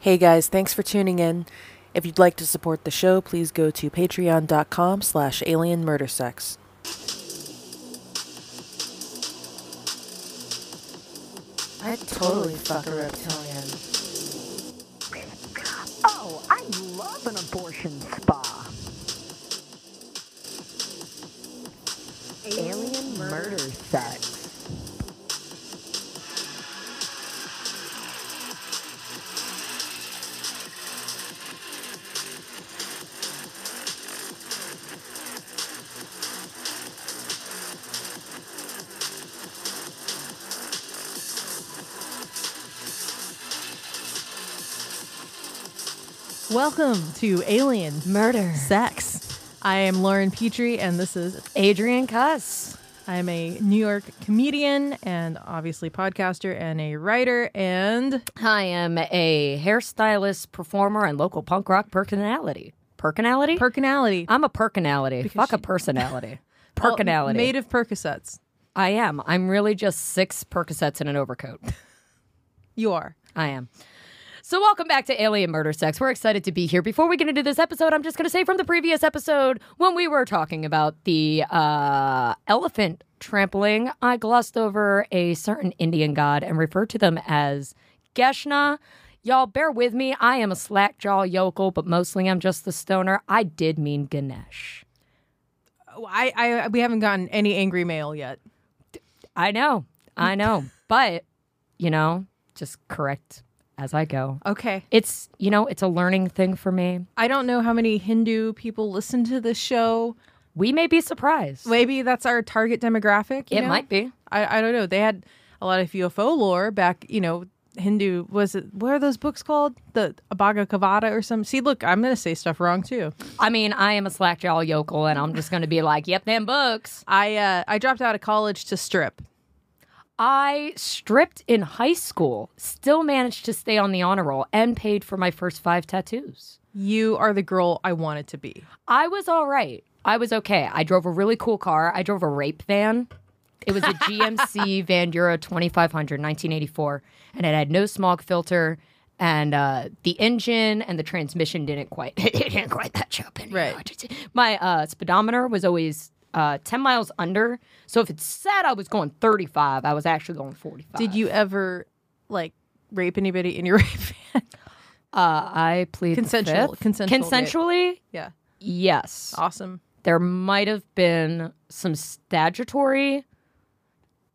Hey guys, thanks for tuning in. If you'd like to support the show, please go to patreon.com slash alien murder sex. I'd totally fuck a reptilian. Oh, I love an abortion spa. Alien murder sex. Welcome to Alien Murder. Sex. I am Lauren Petrie, and this is Adrian Cuss. I'm a New York comedian and obviously podcaster and a writer. And I am a hairstylist, performer, and local punk rock personality. Personality? perkinality. I'm a personality. Fuck a she- personality. Well, Personality. made of Percocets. I am. I'm really just six Percocets in an overcoat. You are. I am. So, welcome back to Alien Murder Sex. We're excited to be here. Before we get into this episode, I'm just going to say from the previous episode when we were talking about the uh, elephant trampling, I glossed over a certain Indian god and referred to them as Geshna. Y'all, bear with me. I am a slack jaw yokel, but mostly I'm just the stoner. I did mean Ganesh. Oh, I, I we haven't gotten any angry mail yet. I know. I know. but, you know, just correct as I go. Okay. It's, you know, it's a learning thing for me. I don't know how many Hindu people listen to this show. We may be surprised. Maybe that's our target demographic. you it know? might be. I, I don't know. They had a lot of UFO lore back, you know, Hindu was it what are those books called? The Bhagavad Gita or some see look, I'm gonna say stuff wrong too. I mean, I am a slackjaw yokel, and I'm just going to be like, "Yep, them books." I uh I dropped out of college to strip. I stripped in high school, still managed to stay on the honor roll, and paid for my first five tattoos. You are the girl I wanted to be. I was all right. I was okay. I drove a really cool car. I drove a rape van. It was a GMC Vandura 2500, 1984, and it had no smog filter. And uh, the engine and the transmission didn't quite it didn't quite catch up. And, you know, Right. it just- My uh, speedometer was always uh, 10 miles under. So if it said I was going 35, I was actually going 45. Did you ever like rape anybody in your rape van? Uh, I plead the Consensual- fifth. consensual rape. Consensually, yeah. yes. Awesome. there might have been some statutory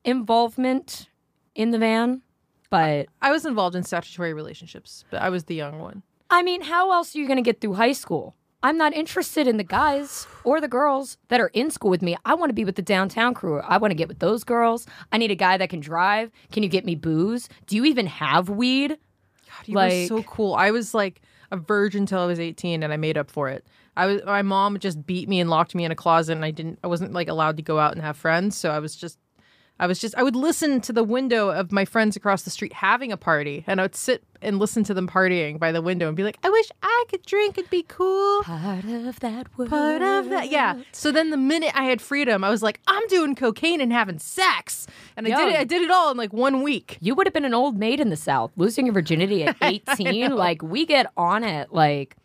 involvement in the van, but I was involved in statutory relationships, but I was the young one. I mean, how else are you going to get through high school? I'm not interested in the guys or the girls that are in school with me. I want to be with the downtown crew. I want to get with those girls. I need a guy that can drive. Can you get me booze? Do you even have weed? God, you were Like- so cool. I was like a virgin until I was 18 and I made up for it. I was my mom just beat me and locked me in a closet and I didn't I wasn't like allowed to go out and have friends, so I was just I was just I would listen to the window of my friends across the street having a party and I would sit and listen to them partying by the window and be like, "I wish I could drink and be cool." Part of that world. Part of that, yeah. So then, the minute I had freedom, I was like, "I'm doing cocaine and having sex," and I did Yo. it. I did it all in like one week. You would have been an old maid in the South, losing your virginity at 18. like, we get on it. Like,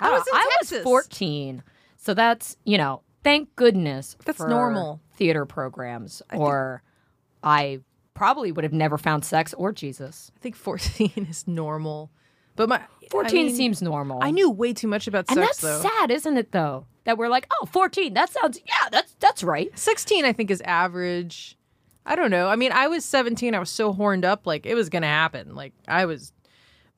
I was in I Texas. was 14. So that's, you know, thank goodness. That's for normal. Theater programs, or I probably would have never found sex or Jesus. I think 14 is normal, but my 14 I mean- seems normal. I knew way too much about And sex that's though. sad, isn't it, though? That we're like, oh, 14, that sounds, yeah, that's that's right. 16 I think is average. I don't know. I mean, I was 17, I was so horned up like it was going to happen. Like I was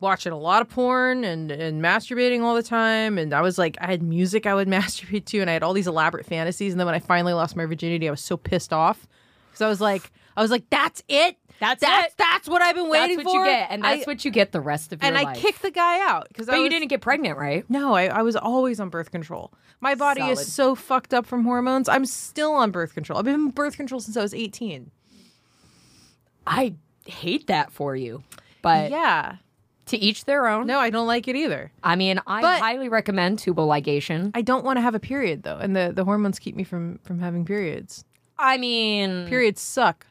watching a lot of porn and and masturbating all the time and I was like I had music I would masturbate to and I had all these elaborate fantasies and then when I finally lost my virginity, I was so pissed off cuz I was like I was like that's it. That's that's it. that's what I've been That's waiting what for. you get. And that's I, what you get the rest of your and I life. kicked the guy out cuz I but you was- didn't get pregnant, right? No, I, I was always on birth control. My body Solid. is so fucked up from hormones. I'm still on birth control. I've been on birth control since I was 18. I hate that for you. But yeah. to each their own. No, I don't like it either. I mean, I But- highly recommend tubal ligation. I don't want to have a period though, and the, the hormones keep me from from having periods. I mean, Periods suck.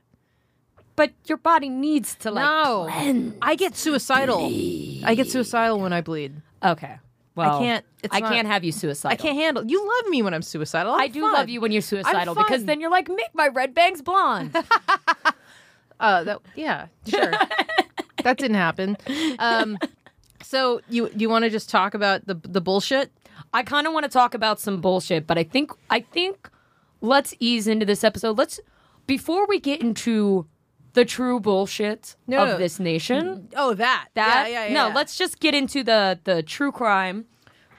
but your body needs to like No. cleanse. I get suicidal. I get suicidal when I bleed. Okay. Well, can't- it's I not- can't have you suicidal. I can't handle. You love me when I'm suicidal. I'm I do fun. love you when you're suicidal because fun. then you're like, make my red bangs blonde. Uh, that, yeah, sure. that didn't happen. Um, so you you want to just talk about the the bullshit? I kind of want to talk about some bullshit, but I think I think let's ease into this episode. Let's before we get into the true bullshit No. of this nation. Oh, that That Yeah, yeah, yeah, no, yeah. let's just get into the the true crime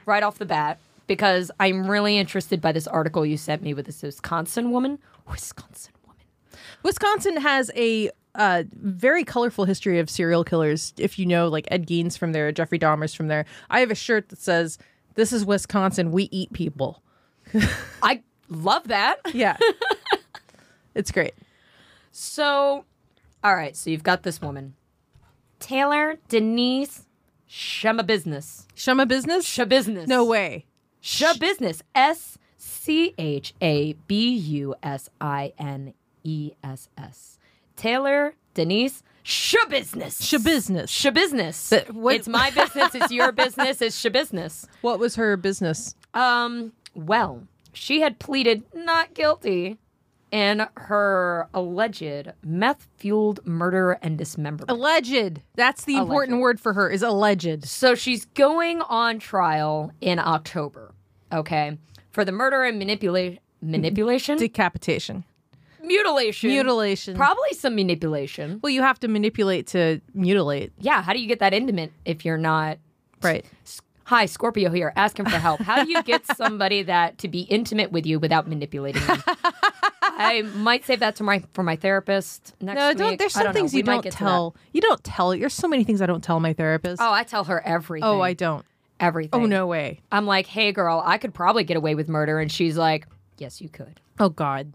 right off the bat because I'm really interested by this article you sent me with this Wisconsin woman. Wisconsin woman. Wisconsin has a uh, very colorful history of serial killers. If you know, like Ed Gein's from there, Jeffrey Dahmer's from there. I have a shirt that says, "This is Wisconsin. We eat people." I love that. Yeah, it's great. So, all right. So you've got this woman, Taylor Denise Shema Business. Shema business? Shema Business. no way. Shabusiness. S C H A B U S I N E S S. Taylor Denise Shabusiness. Shabusiness. Shabusiness. But what- It's my business. It's your business. It's shabusiness. What was her business? Um. Well, she had pleaded not guilty in her alleged meth-fueled murder and dismemberment. Alleged. That's the important word for her is alleged. So she's going on trial in October, okay, for the murder and manipulation, manipulation, Decapitation. mutilation, Mutilation. probably some manipulation. well, you have to manipulate to mutilate. Yeah, how do you get that intimate if you're not? Right. Hi, Scorpio here, asking for help. How do you get somebody that to be intimate with you without manipulating them? I might save that to my for my therapist next No, week. don't. There's I some don't know. things We you might don't get to that. tell. You don't tell. There's so many things I don't tell my therapist. Oh, I tell her everything. oh I don't. everything. Oh, no way. I'm like, hey, girl, I could probably get away with murder, and she's like, yes, you could. Oh God.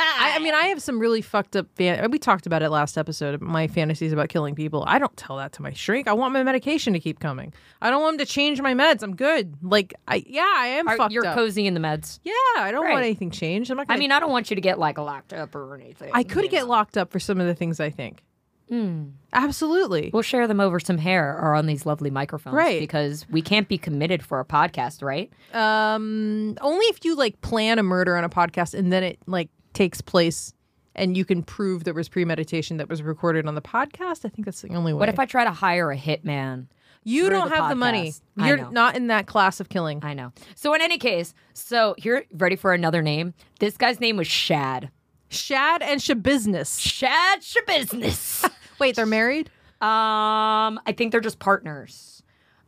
I, I mean, I have some really fucked up. Fan- we talked about it last episode. My fantasies about killing people. I don't tell that to my shrink. I want my medication to keep coming. I don't want him to change my meds. I'm good. Like, I yeah, I am Are- fucked you're up. cozy in the meds. yeah, I don't Right. want anything changed. I'm not. Gonna, I mean, I don't want you to get like locked up or anything. I could get locked up for some of the things I think. Hmm. Absolutely. We'll share them over some hair or on these lovely microphones, Right. Because we can't be committed for a podcast, right? Um, only if you like plan a murder on a podcast and then it like takes place. And you can prove there was premeditation that was recorded on the podcast. I think that's the only way. What if I try to hire a hitman? You through don't the have the money. podcast. I know. You're not in that class of killing. I know. So in any case, so here, ready for another name? This guy's name was Shad. Shad and Shabusiness. Shad Shabusiness. Wait, they're married? Um, I think they're just partners.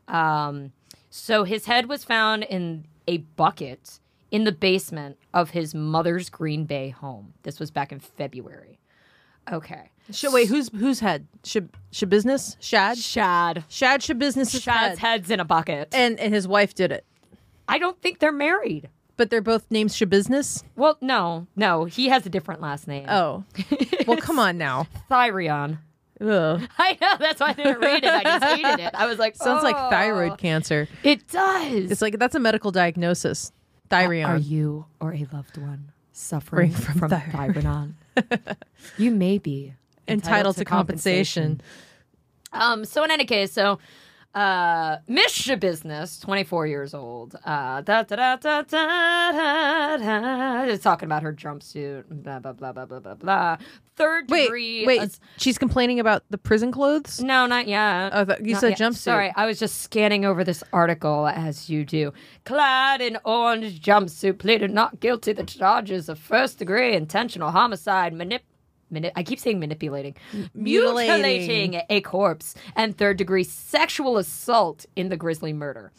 Um, so his head was found in a bucket in the basement of his mother's Green Bay home. This was back in February. Okay. Sh- wait, who's whose head? Shab- Shabusiness? Shad? Shad. Shad Shabusiness' Shad's head. head's in a bucket. And and his wife did it. I don't think they're married. But they're both named Shabusiness? Well, no, no. He has a different last name. Oh. well, come on now. Thyrion. Ugh. I know. That's why I didn't read it. I just hated it. I was like, Sounds like "Oh." thyroid cancer. It does. It's like that's a medical diagnosis. Thyroid. Are you or a loved one suffering from from, thyroid. thyroid? you may be entitled to compensation. Um. So in any case, so uh, Misha Business, twenty four years old. Uh, da, da, da, da, da, da, da, is talking about her jumpsuit. Blah blah blah blah blah blah blah. Third degree. Wait, wait. ass- she's complaining about the prison clothes? no, not yet. Oh, I thought you Not said yet. jumpsuit. Sorry, I was just scanning over this article as you do. Clad in orange jumpsuit, pleaded not guilty to charges of first degree intentional homicide, manip. Mani- I keep saying manipulating, mutilating. mutilating a corpse, and third degree sexual assault in the grisly murder.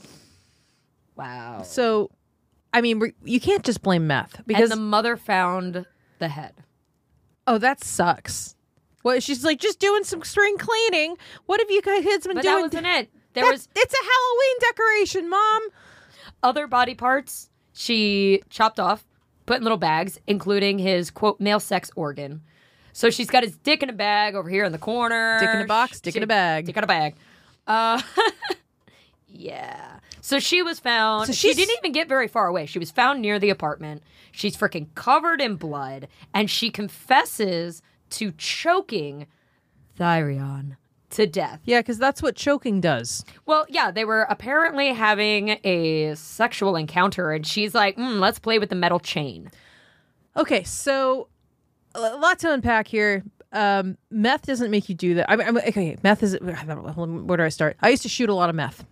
Wow. So, I mean, we're- you can't just blame meth and because the mother found the head. Oh, that sucks. What she's like, just doing some spring cleaning. What have you guys kids been But doing? that wasn't it. There That- was it's a Halloween decoration, Mom. other body parts she chopped off, put in little bags, including his quote male sex organ. So she's got his dick in a bag over here in the corner. Dick in a box, dick in a bag. Dick in a bag. Uh, yeah. So she was found. So she she's- didn't even get very far away. She was found near the apartment. She's freaking covered in blood, and she confesses to choking Thyrion to death. Yeah, because that's what choking does. Well, yeah, they were apparently having a sexual encounter, and she's like, mm, let's play with the metal chain. Okay, so a lot to unpack here. Um, meth doesn't make you do that. I'm, I'm okay. Meth is. Where do I start? I used to shoot a lot of meth,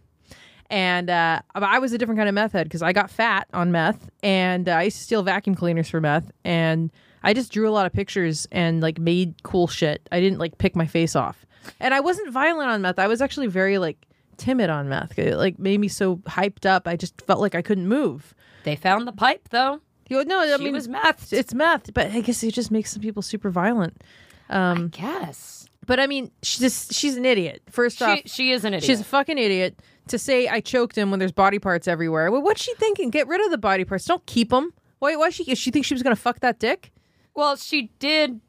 and uh, I was a different kind of meth head because I got fat on meth, and uh, I used to steal vacuum cleaners for meth, and I just drew a lot of pictures and like made cool shit. I didn't like pick my face off, and I wasn't violent on meth. I was actually very like timid on meth. It like made me so hyped up. I just felt like I couldn't move. They found the pipe, though. You know, no, I She mean was meth. it's meth, but I guess it just makes some people super violent. I guess. But I mean, she's just, she's an idiot. First off, She, she is an idiot. she's a fucking idiot to say I choked him when there's body parts everywhere. Well, what's she thinking? Get rid of the body parts. Don't keep them. Why? Why she? She thinks she was gonna fuck that dick? Well, she did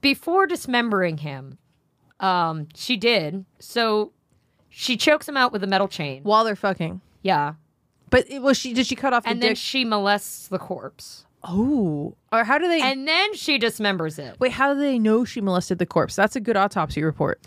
before dismembering him. Um, she did. So she chokes him out with a metal chain. While they're fucking. Yeah. But it, was she? Did she cut off And the then dick? she molests the corpse. oh, or how do they? And then she dismembers it. wait, how do they know she molested the corpse? That's a good autopsy report.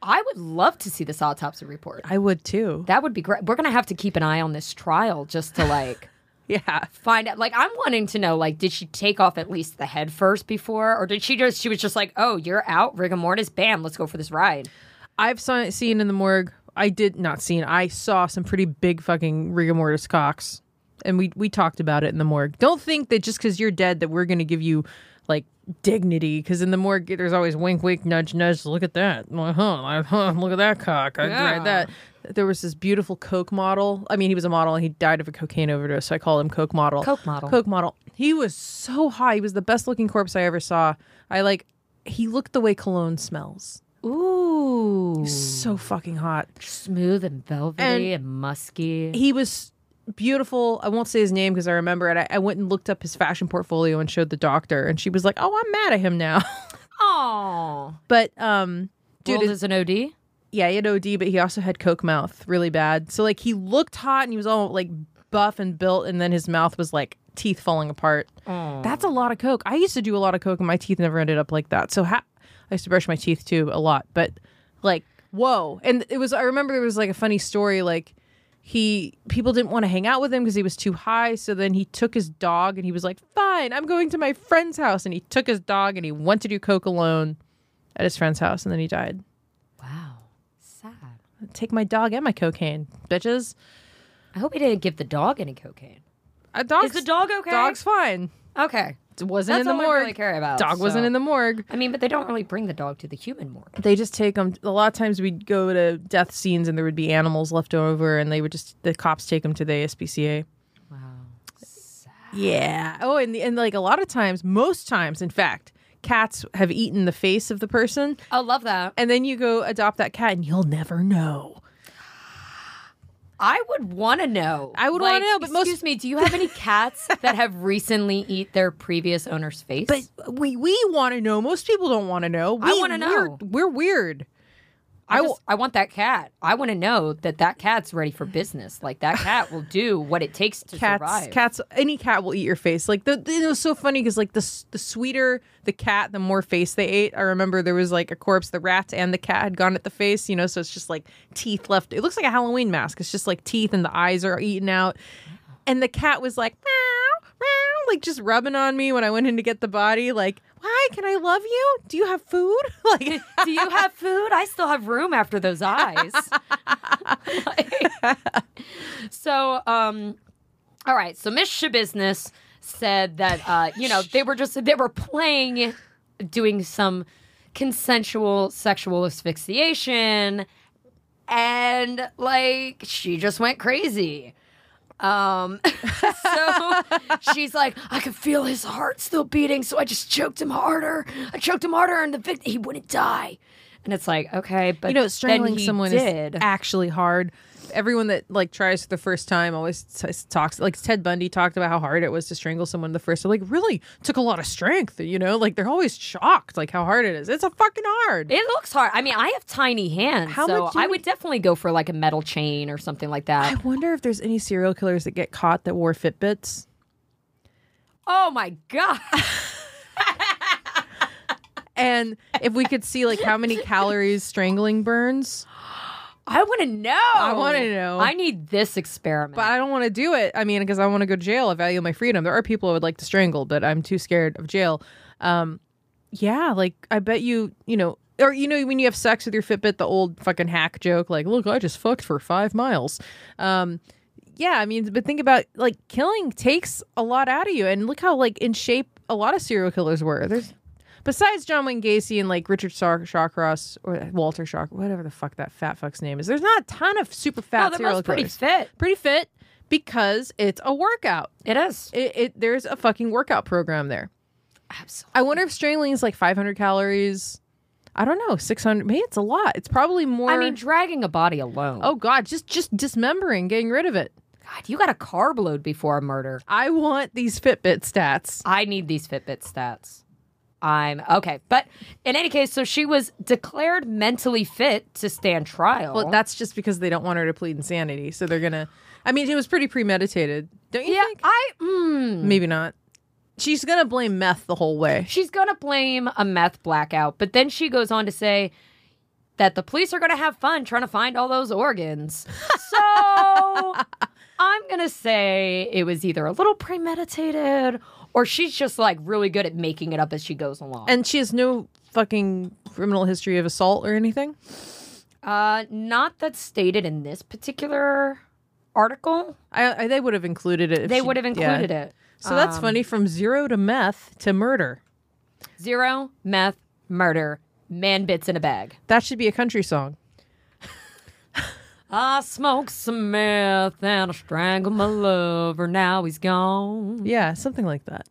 I would love to see this autopsy report. I would too. That would be great. We're going to have to keep an eye on this trial just to like Yeah. find out. Like, I'm wanting to know, like, did she take off at least the head first before? Or did she just, she was just like, oh, you're out, rigor mortis, bam, let's go for this ride. I've saw, seen in the morgue. I did not seen. I saw some pretty big fucking rigor mortis cocks, and we we talked about it in the morgue. Don't think that just because you're dead that we're gonna give you like dignity. Because in the morgue, there's always wink, wink, nudge, nudge. Look at that. Uh-huh, uh-huh, Look at that cock. I Yeah. tried that. There was this beautiful coke model. I mean, he was a model, and he died of a cocaine overdose. So I call him coke model. Coke model. Coke model. He was so high. He was the best looking corpse I ever saw. I like. He looked the way cologne smells. Ooh. So fucking hot. smooth and velvety and, musky. he was beautiful. I won't say his name because I remember it. I, I went and looked up his fashion portfolio and showed the doctor, and she was like, "Oh, I'm mad at him now." Oh, but um, dude, dude his- is an OD. yeah, he had OD, but he also had coke mouth, really bad. So like, he looked hot and he was all like buff and built, and then his mouth was like teeth falling apart. That's a lot of coke. I used to do a lot of coke, and my teeth never ended up like that. So ha- I used to brush my teeth too a lot, but like, whoa! And it was. I remember there was like a funny story, like. He people didn't want to hang out with him because he was too high. So then he took his dog and he was like, "Fine, I'm going to my friend's house." And he took his dog and he went to do coke alone at his friend's house, and then he died Wow, sad. take my dog and my cocaine, bitches. I hope he didn't give the dog any cocaine. A dog's, Is the dog okay? Dog's fine. Okay, It wasn't That's in the all I morgue. really care about, Dog wasn't so. in the morgue. I mean, but they don't really bring the dog to the human morgue. They just take them. A lot of times we'd go to death scenes and there would be animals left over, and they would just the cops take them to the ASPCA. Wow. Yeah. Oh, and the, and like a lot of times, most times, in fact, cats have eaten the face of the person, I love that. and then you go adopt that cat, and you'll never know. I would want to know. I would wanna know, but most- excuse me, do you have any cats that have recently eat their previous owner's face? But we we want to know. Most people don't want to know. I We- wanna we're- know. We're, weird. I, I just, I want that cat. I want to know that that cat's ready for business. Like that cat will do what it takes to cats survive. cats any cat will eat your face like the, the- it was so funny because like the s- the sweeter the cat the more face they ate i remember there was like a corpse the rat and the cat had gone at the face you know so it's just like teeth left it looks like a halloween mask it's just like teeth and the eyes are eaten out and the cat was like meow, meow, like just rubbing on me when i went in to get the body like why can i love you do you have food like Do you have food? I still have room after those eyes. Like- so, um, all right. So Miss Shabusiness said that uh, you know they were just they were playing, doing some consensual sexual asphyxiation, and like she just went crazy. Um, so she's like, I could feel his heart still beating, so I just choked him harder. I choked him harder, and the victim he wouldn't die. And it's like, okay, but you know then strangling he someone did. is actually hard everyone that like tries for the first time always t- talks like ted bundy talked about how hard it was to strangle someone the first time like really took a lot of strength you know like they're always shocked like how hard it is it's a fucking hard It looks hard. I mean, I have tiny hands, How so much do I you- would definitely go for like a metal chain or something like i that. wonder if there's any serial killers that get caught that wore fitbits Oh my god! and if we could see like how many calories strangling burns, I want to know. I wanna know. I need this experiment. but I don't want to do it. I mean, because I want to go to jail. I value my freedom. There are people I would like to strangle, but I'm too scared of jail. Um, yeah, like I bet you, you know, or you know, when you have sex with your Fitbit, the old fucking hack joke, like, look, I just fucked for five miles. Um, yeah, I mean, but think about like killing takes a lot out of you, and look how like in shape a lot of serial killers were. There's besides John Wayne Gacy and like Richard Shaw- Shawcross or Walter Shaw, whatever the fuck that fat fuck's name is. There's not a ton of super oh, fat that serial was pretty killers fit. pretty fit because it's a workout. It is. It, it there's a fucking workout program there. Absolutely. I wonder if strangling is like 500 calories. I don't know, 600. Maybe it's a lot. It's probably more. I mean, dragging a body alone. oh god, just just dismembering, getting rid of it. God, you got a carb load before a murder. I want these Fitbit stats. I need these Fitbit stats. I'm okay, but in any case, so she was declared mentally fit to stand trial. Well, that's just because they don't want her to plead insanity, so they're gonna. I mean, it was pretty premeditated, don't you yeah, think? I. Mm, Maybe not. She's gonna blame meth the whole way. she's gonna blame a meth blackout, but then she goes on to say that the police are gonna have fun trying to find all those organs. So I'm gonna say it was either a little premeditated or she's just like really good at making it up as she goes along. And she has no fucking criminal history of assault or anything. Uh, not that's stated in this particular article. I, I they would have included it. if they she- would have yeah. included it. Um, So that's funny. From zero to meth to murder. Zero, meth, murder, man bits in a bag. That should be a country song. I smoked some meth and I strangled my lover. Now he's gone. Yeah, something like that.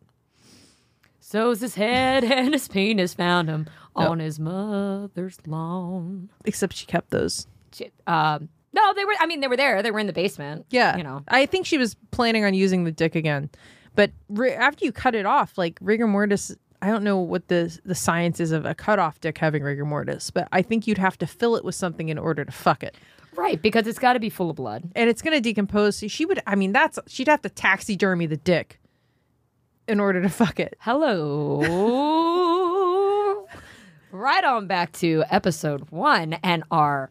So's his head and his penis found him on his mother's lawn. Except she kept those. Ch- Um, no, they were. I mean, they were there. They were in the basement. Yeah, you know. I think she was planning on using the dick again, but ri- after you cut it off, like rigor mortis. I don't know what the the science is of a cut off dick having rigor mortis, but I think you'd have to fill it with something in order to fuck it, Right, because it's got to be full of blood. and it's gonna decompose. So she would. I mean, that's she'd have to taxidermy the dick in order to fuck it. Hello. right on back to episode one and our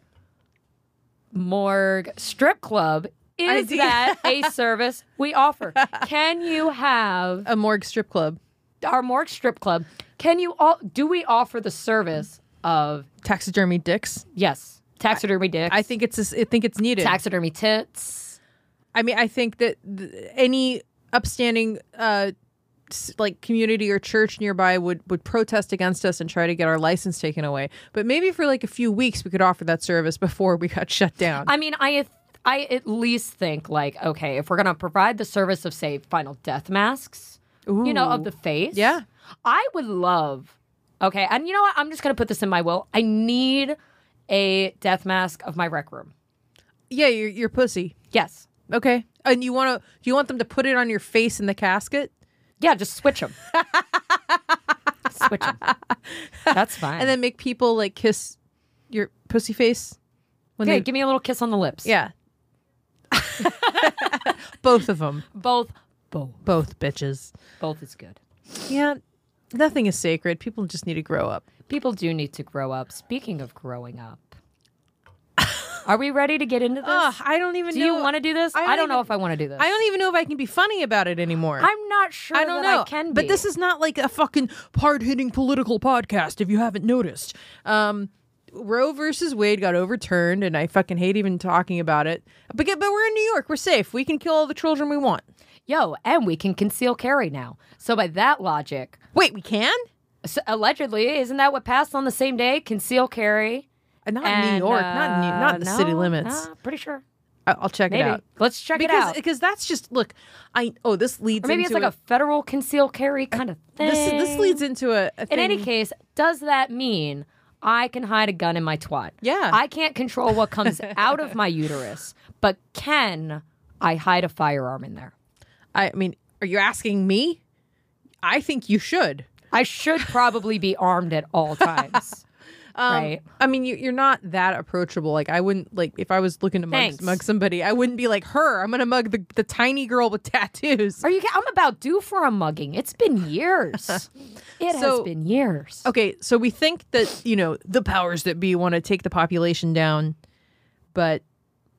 morgue strip club. Is did- that a service we offer? Can you have A morgue strip club our morgue strip club? Can you all do we offer the service of taxidermy dicks. yes, taxidermy dicks? I think it's I think it's needed. taxidermy tits. I mean, I think that th- any upstanding uh s- like community or church nearby would would protest against us and try to get our license taken away. But maybe for like a few weeks we could offer that service before we got shut down. I mean, I I at least think like okay, if we're going to provide the service of say final death masks, you know, of the face. Yeah. I would love. Okay, and you know what? I'm just going to put this in my will. I need a death mask of my rec room. yeah, your your pussy. Yes. Okay. And you want to you want them to put it on your face in the casket? Yeah, just switch them. switch them. That's fine. And then make people like kiss your pussy face when Okay, they give me a little kiss on the lips. Yeah. both of them. Both. Both. Both bitches. Both is good. Yeah. Nothing is sacred. People just need to grow up. People do need to grow up. Speaking of growing up, are we ready to get into this? Ugh, I don't even do know. you want to do this? I I don't, don't know even- if I want to do this. I don't even know if I can be funny about it anymore. I'm not sure. I don't that know. I can but be. this is not like a fucking hard hitting political podcast. If you haven't noticed, um, Roe versus Wade got overturned, and I fucking hate even talking about it. But get- but we're in New York. We're safe. We can kill all the children we want. yo, and we can conceal carry now. So by that logic, Wait, we can? s allegedly, isn't that what passed on the same day? Conceal carry. Uh, Not in and, New York. not in New, uh, not in the city no, limits. nah, pretty sure. I- I'll check it Maybe. out. Let's check because it out. because that's just look. I oh this leads Or maybe it's into like a a- federal conceal carry kind of thing. this this leads into a, a In thing. any case, does that mean I can hide a gun in my twat? Yeah. I can't control what comes out of my uterus, but can I hide a firearm in there? I mean, are you asking me? I think you should. I should probably be armed at all times. Um, Right. I mean, you, you're not that approachable. Like, I wouldn't like if I was looking to mug, Thanks. mug somebody, I wouldn't be like her. I'm gonna mug the, the tiny girl with tattoos. Are you? ki- I'm about due for a mugging. It's been years. it has So- been years. Okay, so we think that you know the powers that be want to take the population down, but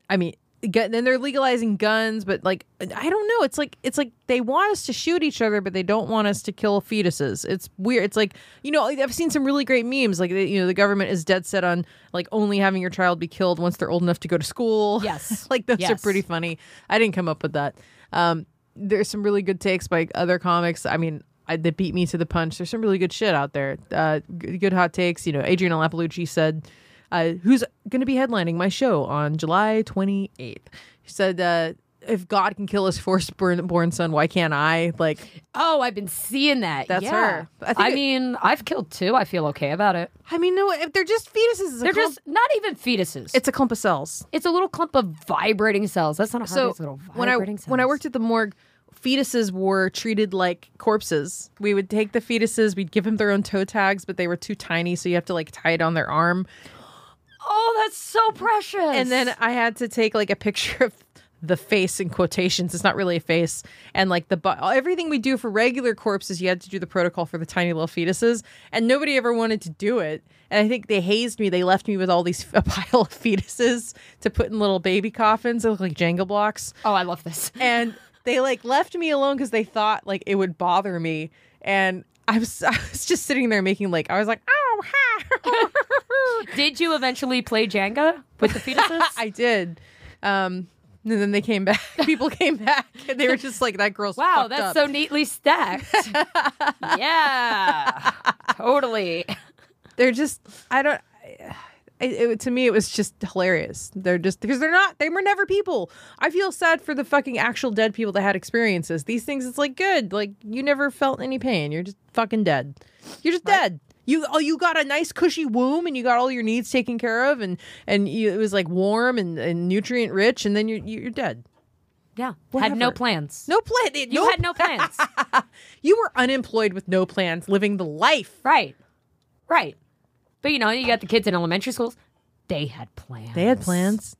I mean, gu- then they're legalizing guns. But like, I don't know. It's like it's like they want us to shoot each other, but they don't want us to kill fetuses. It's weird. It's like you know, I've seen some really great memes. Like you know, the government is dead set on like only having your child be killed once they're old enough to go to school. Yes. like those are Yes. pretty funny. I didn't come up with that. Um, there's some really good takes by other comics. I mean, I, that beat me to the punch. There's some really good shit out there. Uh, g- good hot takes. You know, Adrian Lappalucci said, uh, "Who's going to be headlining my show on July 28th?" He said, uh, "If God can kill his first born, born son, why can't I?" Like, Oh, I've been seeing that. That's Yeah. her. I I, think it- mean, I've killed two. I feel okay about it. I mean, no, if they're just fetuses, it's a They're clump- just not even fetuses. it's a clump of cells. it's a little clump of vibrating cells. That's not a so hard little vibrating when I cells. when I worked at the morgue, fetuses were treated like corpses. We would take the fetuses, we'd give them their own toe tags, but they were too tiny, so you have to like tie it on their arm. oh, that's so precious. And then I had to take like a picture of the face in quotations. It's not really a face, and like the bu- everything we do for regular corpses, you had to do the protocol for the tiny little fetuses, and nobody ever wanted to do it. And I think they hazed me. They left me with all these a pile of fetuses to put in little baby coffins. They look like Jenga blocks oh, I love this. and they like left me alone because they thought like it would bother me and I was, I was just sitting there making like i was like oh ha. Did you eventually play Jenga with the fetuses? i did um and then they came back people came back and they were just like that girl's wow, fucked that's up." so neatly stacked. yeah, totally. they're just i don't it, it, to me it was just hilarious they're just because they're not they were never people i feel sad for the fucking actual dead people that had experiences these things it's like good like you never felt any pain you're just fucking dead you're just dead you oh you got a nice cushy womb and you got all your needs taken care of and and you, it was like warm and, and nutrient rich and then you're you're dead Yeah, had no Whatever. plans. no plan you had no plans. you were unemployed with no plans living the life right, right. But you know, you got the kids in elementary schools. They had plans. They had plans.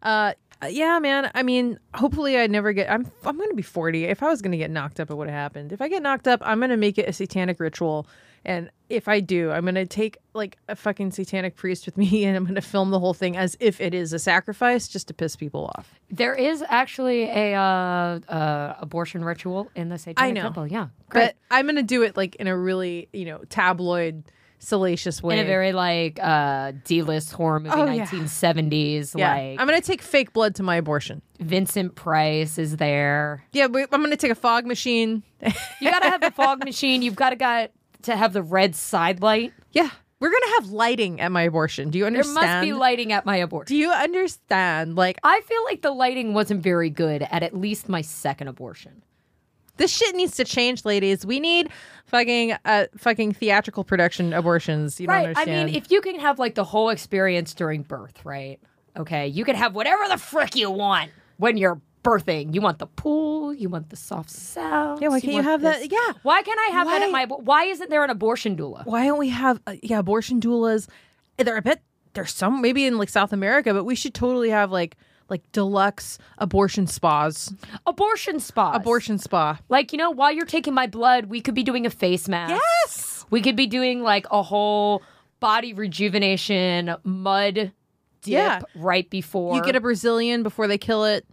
Uh, yeah, man. I mean, hopefully, I never get. I'm I'm gonna be forty. If I was gonna get knocked up, it would have happened. If I get knocked up, I'm gonna make it a satanic ritual. And if I do, I'm gonna take like a fucking satanic priest with me, and I'm gonna film the whole thing as if it is a sacrifice, just to piss people off. There is actually a uh, uh, abortion ritual in the Satanic know. Temple. Yeah, great. But I'm gonna do it like in a really you know tabloid, salacious way. in a very like uh, D-list horror movie, Oh, yeah. 1970s. yeah. Like I'm gonna take fake blood to my abortion. Vincent Price is there. Yeah, but I'm gonna take a fog machine. You gotta have the fog machine. You've gotta got to have the red side light. Yeah. We're gonna have lighting at my abortion. Do you There understand? must be lighting at my abortion. Do you understand? Like uh, I feel like the lighting wasn't very good at at least my second abortion. this shit needs to change, ladies. We need fucking uh fucking theatrical production abortions. You Right. don't I understand. mean, if you can have like the whole experience during birth, right? Okay. You can have whatever the frick you want when you're birthing. You want the pool, you want the soft sound. Yeah, why can't you have that? Yeah. Why can I have that at my Why- abo- why isn't there an abortion doula? why don't we have uh, yeah abortion doulas? There, I bet there's some maybe in like South America, but we should totally have like like deluxe abortion spas. Abortion spas. Abortion spa. Like, you know, while you're taking my blood, we could be doing a face mask. Yes. We could be doing like a whole body rejuvenation mud dip Yeah. right before. You get a Brazilian before they kill it.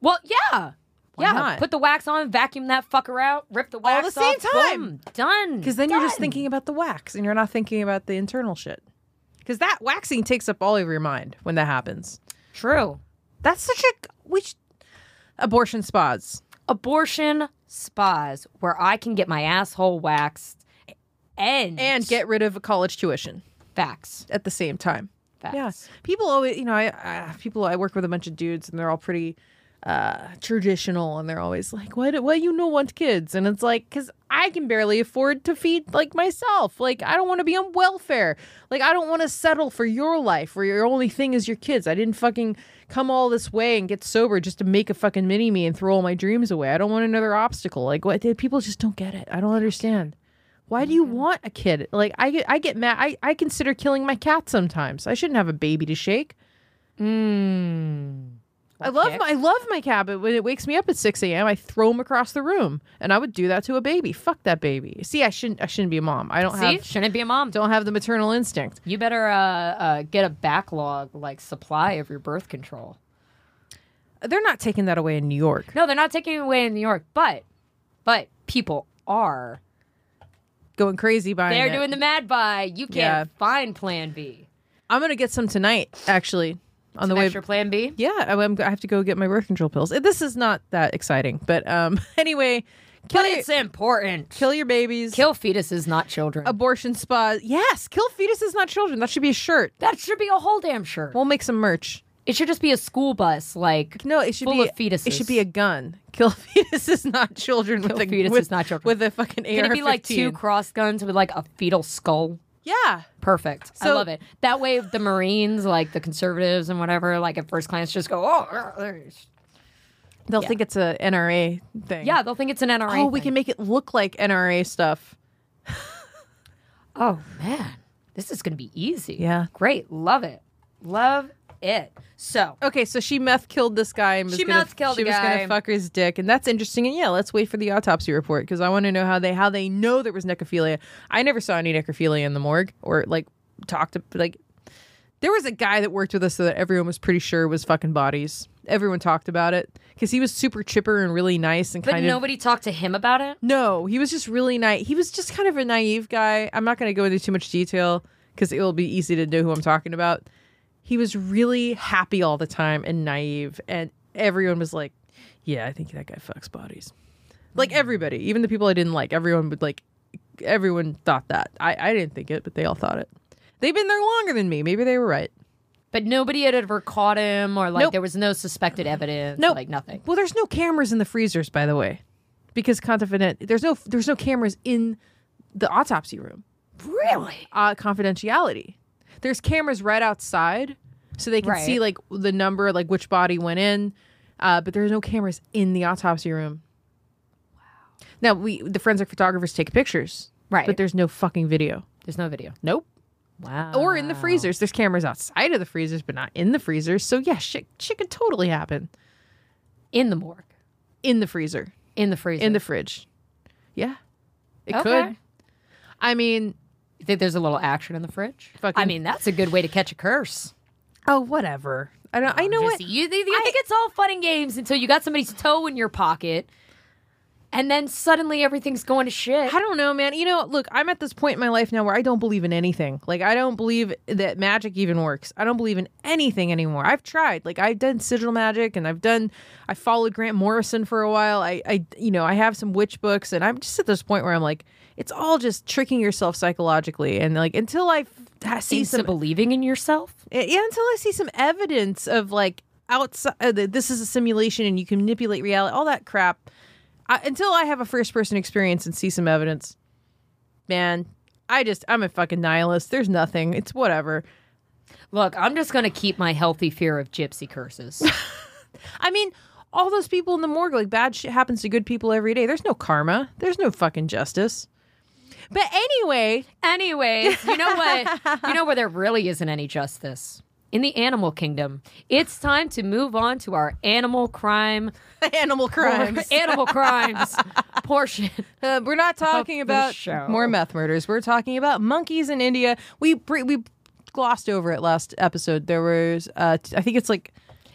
well, yeah, yeah. not? Put the wax on, vacuum that fucker out, rip the All wax the same off, time. boom, done. Because then you're just thinking about the wax and you're not thinking about the internal shit. Because that waxing takes up all of your mind when that happens. true. That's such a which abortion spas. Abortion spas where I can get my asshole waxed and and get rid of college tuition facts. at the same time. Facts. Yeah, people always, you know, I, I people I work with a bunch of dudes, and they're all pretty uh, traditional, and they're always like, "Why, do, why you no want kids?" And it's like, because I can barely afford to feed like myself. Like, I don't want to be on welfare. Like, I don't want to settle for your life where your only thing is your kids. I didn't fucking come all this way and get sober just to make a fucking mini me and throw all my dreams away. I don't want another obstacle. Like, what? People just don't get it. I don't understand. Why do you Mm-hmm. want a kid? Like I get, I get mad. I, I consider killing my cat sometimes. I shouldn't have a baby to shake. Mm. I love my I love my cat, but when it wakes me up at six a.m., I throw him across the room, and I would do that to a baby. Fuck that baby. See, I shouldn't I shouldn't be a mom. I don't See, have shouldn't be a mom. don't have the maternal instinct. You better uh, uh, get a backlog like supply of your birth control. They're not taking that away in New York. No, they're not taking it away in New York, but but people are. Going crazy buying. They're it. doing the mad buy. You can't Yeah. find Plan B. I'm gonna get some tonight, actually, on the Some way. extra Plan B. Yeah, I, I'm, I have to go get my birth control pills. This is not that exciting, but um, anyway, kill But your, it's important. Kill, kill your babies. fetuses, not children. abortion spas. Yes, kill fetuses, not children. That should be a shirt. that should be a whole damn shirt. We'll make some merch. it should just be a school bus. Like No, it should Full be of fetuses. It should be a gun. Kill fetuses, not children. Kill with a, fetuses, with, not children. With a fucking AR. Can it be like two cross guns with like a fetal skull? Yeah. Perfect. I So- love it. That way, the Marines, like the conservatives and whatever, like at first glance, just go, oh, uh, there's-" They'll think it's a NRA thing. yeah, they'll think it's an NRA. Oh, we thing. can make it look like NRA stuff. Oh man, this is gonna be easy. Yeah. great. Love it. Love it. So Okay, so she meth killed this guy and was She gonna, meth killed she the was guy. gonna fuck his dick, and that's interesting. And yeah, let's wait for the autopsy report because I want to know how they how they know there was necrophilia. I never saw any necrophilia in the morgue or like talked to like. There was a guy that worked with us that everyone was pretty sure was fucking bodies. Everyone talked about it because he was super chipper and really nice and but kind of. nobody talked to him about it. No, he was just really nice. He was just kind of a naive guy. I'm not going to go into too much detail because it will be easy to know who I'm talking about. He was really happy all the time and naive, and everyone was like, "Yeah, I think that guy fucks bodies." Like everybody, even the people I didn't like, everyone would like. Everyone thought that. I I didn't think it, but they all thought it. They've been there longer than me. Maybe they were right. But nobody had ever caught him, or like Nope. there was no suspected evidence. Nope. like nothing. Well, there's no cameras in the freezers, by the way, because confident. There's no there's no cameras in the autopsy room. Really? uh, confidentiality. There's cameras right outside, so they can Right. see like the number, like which body went in. Uh, but there's no cameras in the autopsy room. Wow. Now we the forensic photographers take pictures, Right. But there's no fucking video. There's no video. Nope. Wow. Or in the freezers. There's cameras outside of the freezers, but not in the freezers. So yeah, shit, shit could totally happen in the morgue, in the freezer, in the freezer. in the fridge. Yeah, it Okay. could. I mean, you think there's a little action in the fridge? Fucking- I mean, that's a good way to catch a curse. oh whatever. I don't. I know what. Just- You, you, you think it's all fun and games until you got somebody's toe in your pocket, and then suddenly everything's going to shit. I don't know, man. You know, look, I'm at this point in my life now where I don't believe in anything. Like, I don't believe that magic even works. I don't believe in anything anymore. I've tried. Like, I've done sigil magic and I've done, I followed Grant Morrison for a while. I, I, you know, I have some witch books and I'm just at this point where I'm like, it's all just tricking yourself psychologically. And like, until I f- see into some believing in yourself. Eh, yeah, until I see some evidence of like outside uh, that this is a simulation and you can manipulate reality, all that crap. I, until I have a first person experience and see some evidence, man, I just I'm a fucking nihilist. There's nothing. It's whatever. Look, I'm just going to keep my healthy fear of gypsy curses. I mean, all those people in the morgue, like bad shit happens to good people every day. There's no karma. There's no fucking justice. But anyway, Anyways, you know what? You know where there really isn't any justice? In the animal kingdom. It's time to move on to our animal crime animal crimes. animal crimes portion. Uh, we're not talking Of the about show. more meth murders. We're talking about monkeys in India. We br- we glossed over it last episode. There was, uh, t- I think it's like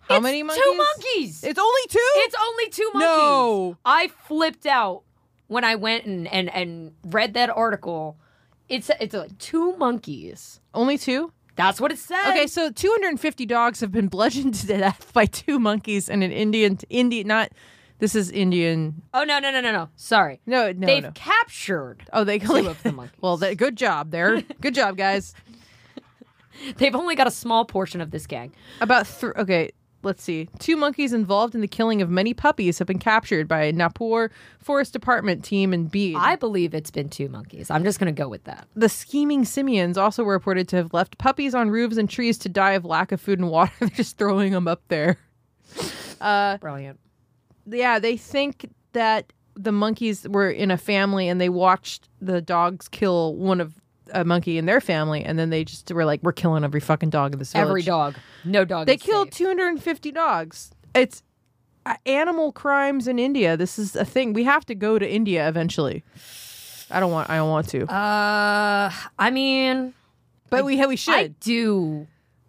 how It's many monkeys? Two monkeys. It's only two. It's only two monkeys. No. I flipped out when I went and and, and read that article. It's it's like two monkeys. only two. That's what it said. Okay, so 250 dogs have been bludgeoned to death by two monkeys in an Indian Indian not. This is Indian. Oh no no no no no. Sorry. No, no, They've no. captured. Oh, they Two of the monkeys. Well, they, good job there. Good job, guys. They've only got a small portion of this gang. About three. Okay, let's see. Two monkeys involved in the killing of many puppies have been captured by a Napur Forest Department team in Bede. I believe it's been two monkeys. I'm just gonna go with that. the scheming simians also were reported to have left puppies on roofs and trees to die of lack of food and water. They're just throwing them up there. Brilliant. Yeah, they think that the monkeys were in a family and they watched the dogs kill one of a monkey in their family, and then they just were like, "We're killing every fucking dog in this village." Every dog. No dog. They is killed safe. 250 dogs. It's uh, animal crimes in India. This is a thing. We have to go to India eventually. I don't want. I don't want to. Uh, I mean, but we we should. I do.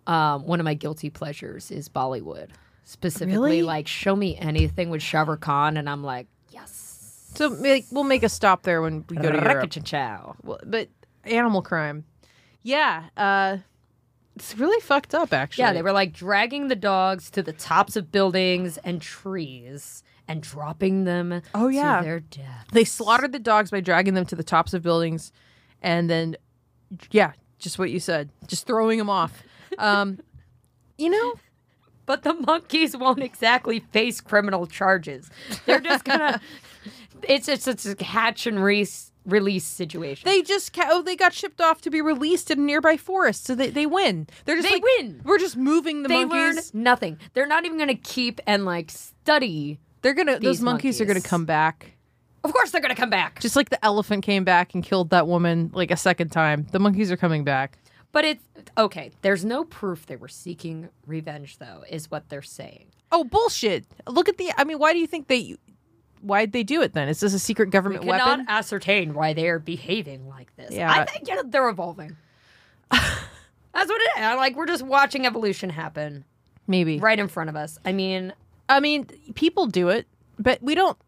Um, one of my guilty pleasures is Bollywood, specifically Really? like show me anything with Shah Rukh Khan, and I'm like, yes, so like, we'll make a stop there when we go to Europe. Rakachachow. Well, But animal crime. Yeah. Uh, it's really fucked up. Actually. Yeah, they were like dragging the dogs to the tops of buildings and trees and dropping them. Oh, yeah. to their death. They slaughtered the dogs by dragging them to the tops of buildings, and then, yeah, just what you said, just throwing them off. Um, you know, But the monkeys won't exactly face criminal charges. They're just gonna. it's it's it's a hatch and release release situation. They just ca- oh, they got shipped off to be released in a nearby forest, so they, they win. They're just They like, win. We're just moving the they learn monkeys. nothing. They're not even gonna keep and like study. They're gonna those these monkeys, are gonna monkeys. come back. Of course, they're gonna come back. Just like the elephant came back and killed that woman like a second time. The monkeys are coming back. but it's okay. There's no proof they were seeking revenge, though, is what they're saying. Oh bullshit! Look at the. I mean, why do you think they? Why'd they do it then? Is this a secret government cannot weapon? ascertain why they are behaving like this. Yeah. I think you know, they're evolving. That's what it is. Like we're just watching evolution happen Maybe. right in front of us. I mean, I mean, people do it, but we don't.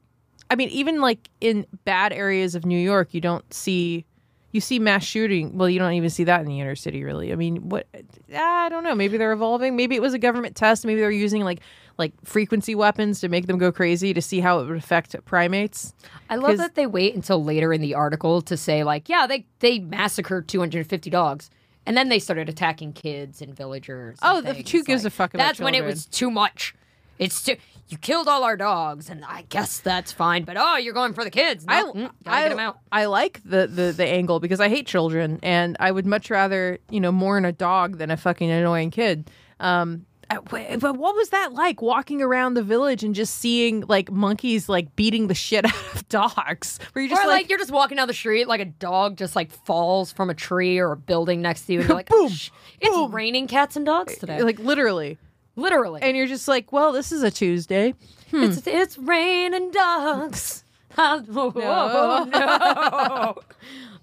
I mean, even like in bad areas of New York, you don't see. You see mass shooting. Well, you don't even see that in the inner city, really. I mean, what? I don't know. Maybe they're evolving. Maybe it was a government test. Maybe they're using like like frequency weapons to make them go crazy to see how it would affect primates. I love 'Cause- that they wait until later in the article to say like, yeah, they they massacred 250 dogs. And then they started attacking kids and villagers. and Oh, the- things. who gives Like, a fuck about That's when it children? was too much. It's too. You killed all our dogs, and I guess that's fine. But oh, you're going for the kids. No, I, mm, gotta I, get 'em out. I like the, the, the angle because I hate children and I would much rather, you know, mourn a dog than a fucking annoying kid. Um, I- wh- but what was that like walking around the village and just seeing like monkeys like beating the shit out of dogs? Where you're Or just like, like, you're just walking down the street, like a dog just like falls from a tree or a building next to you, and you're like, boom, it's raining cats and dogs today, like Eh, like literally. literally. And you're just like, well, this is a Tuesday. It's it's raining dogs. Ah, whoa, whoa, no.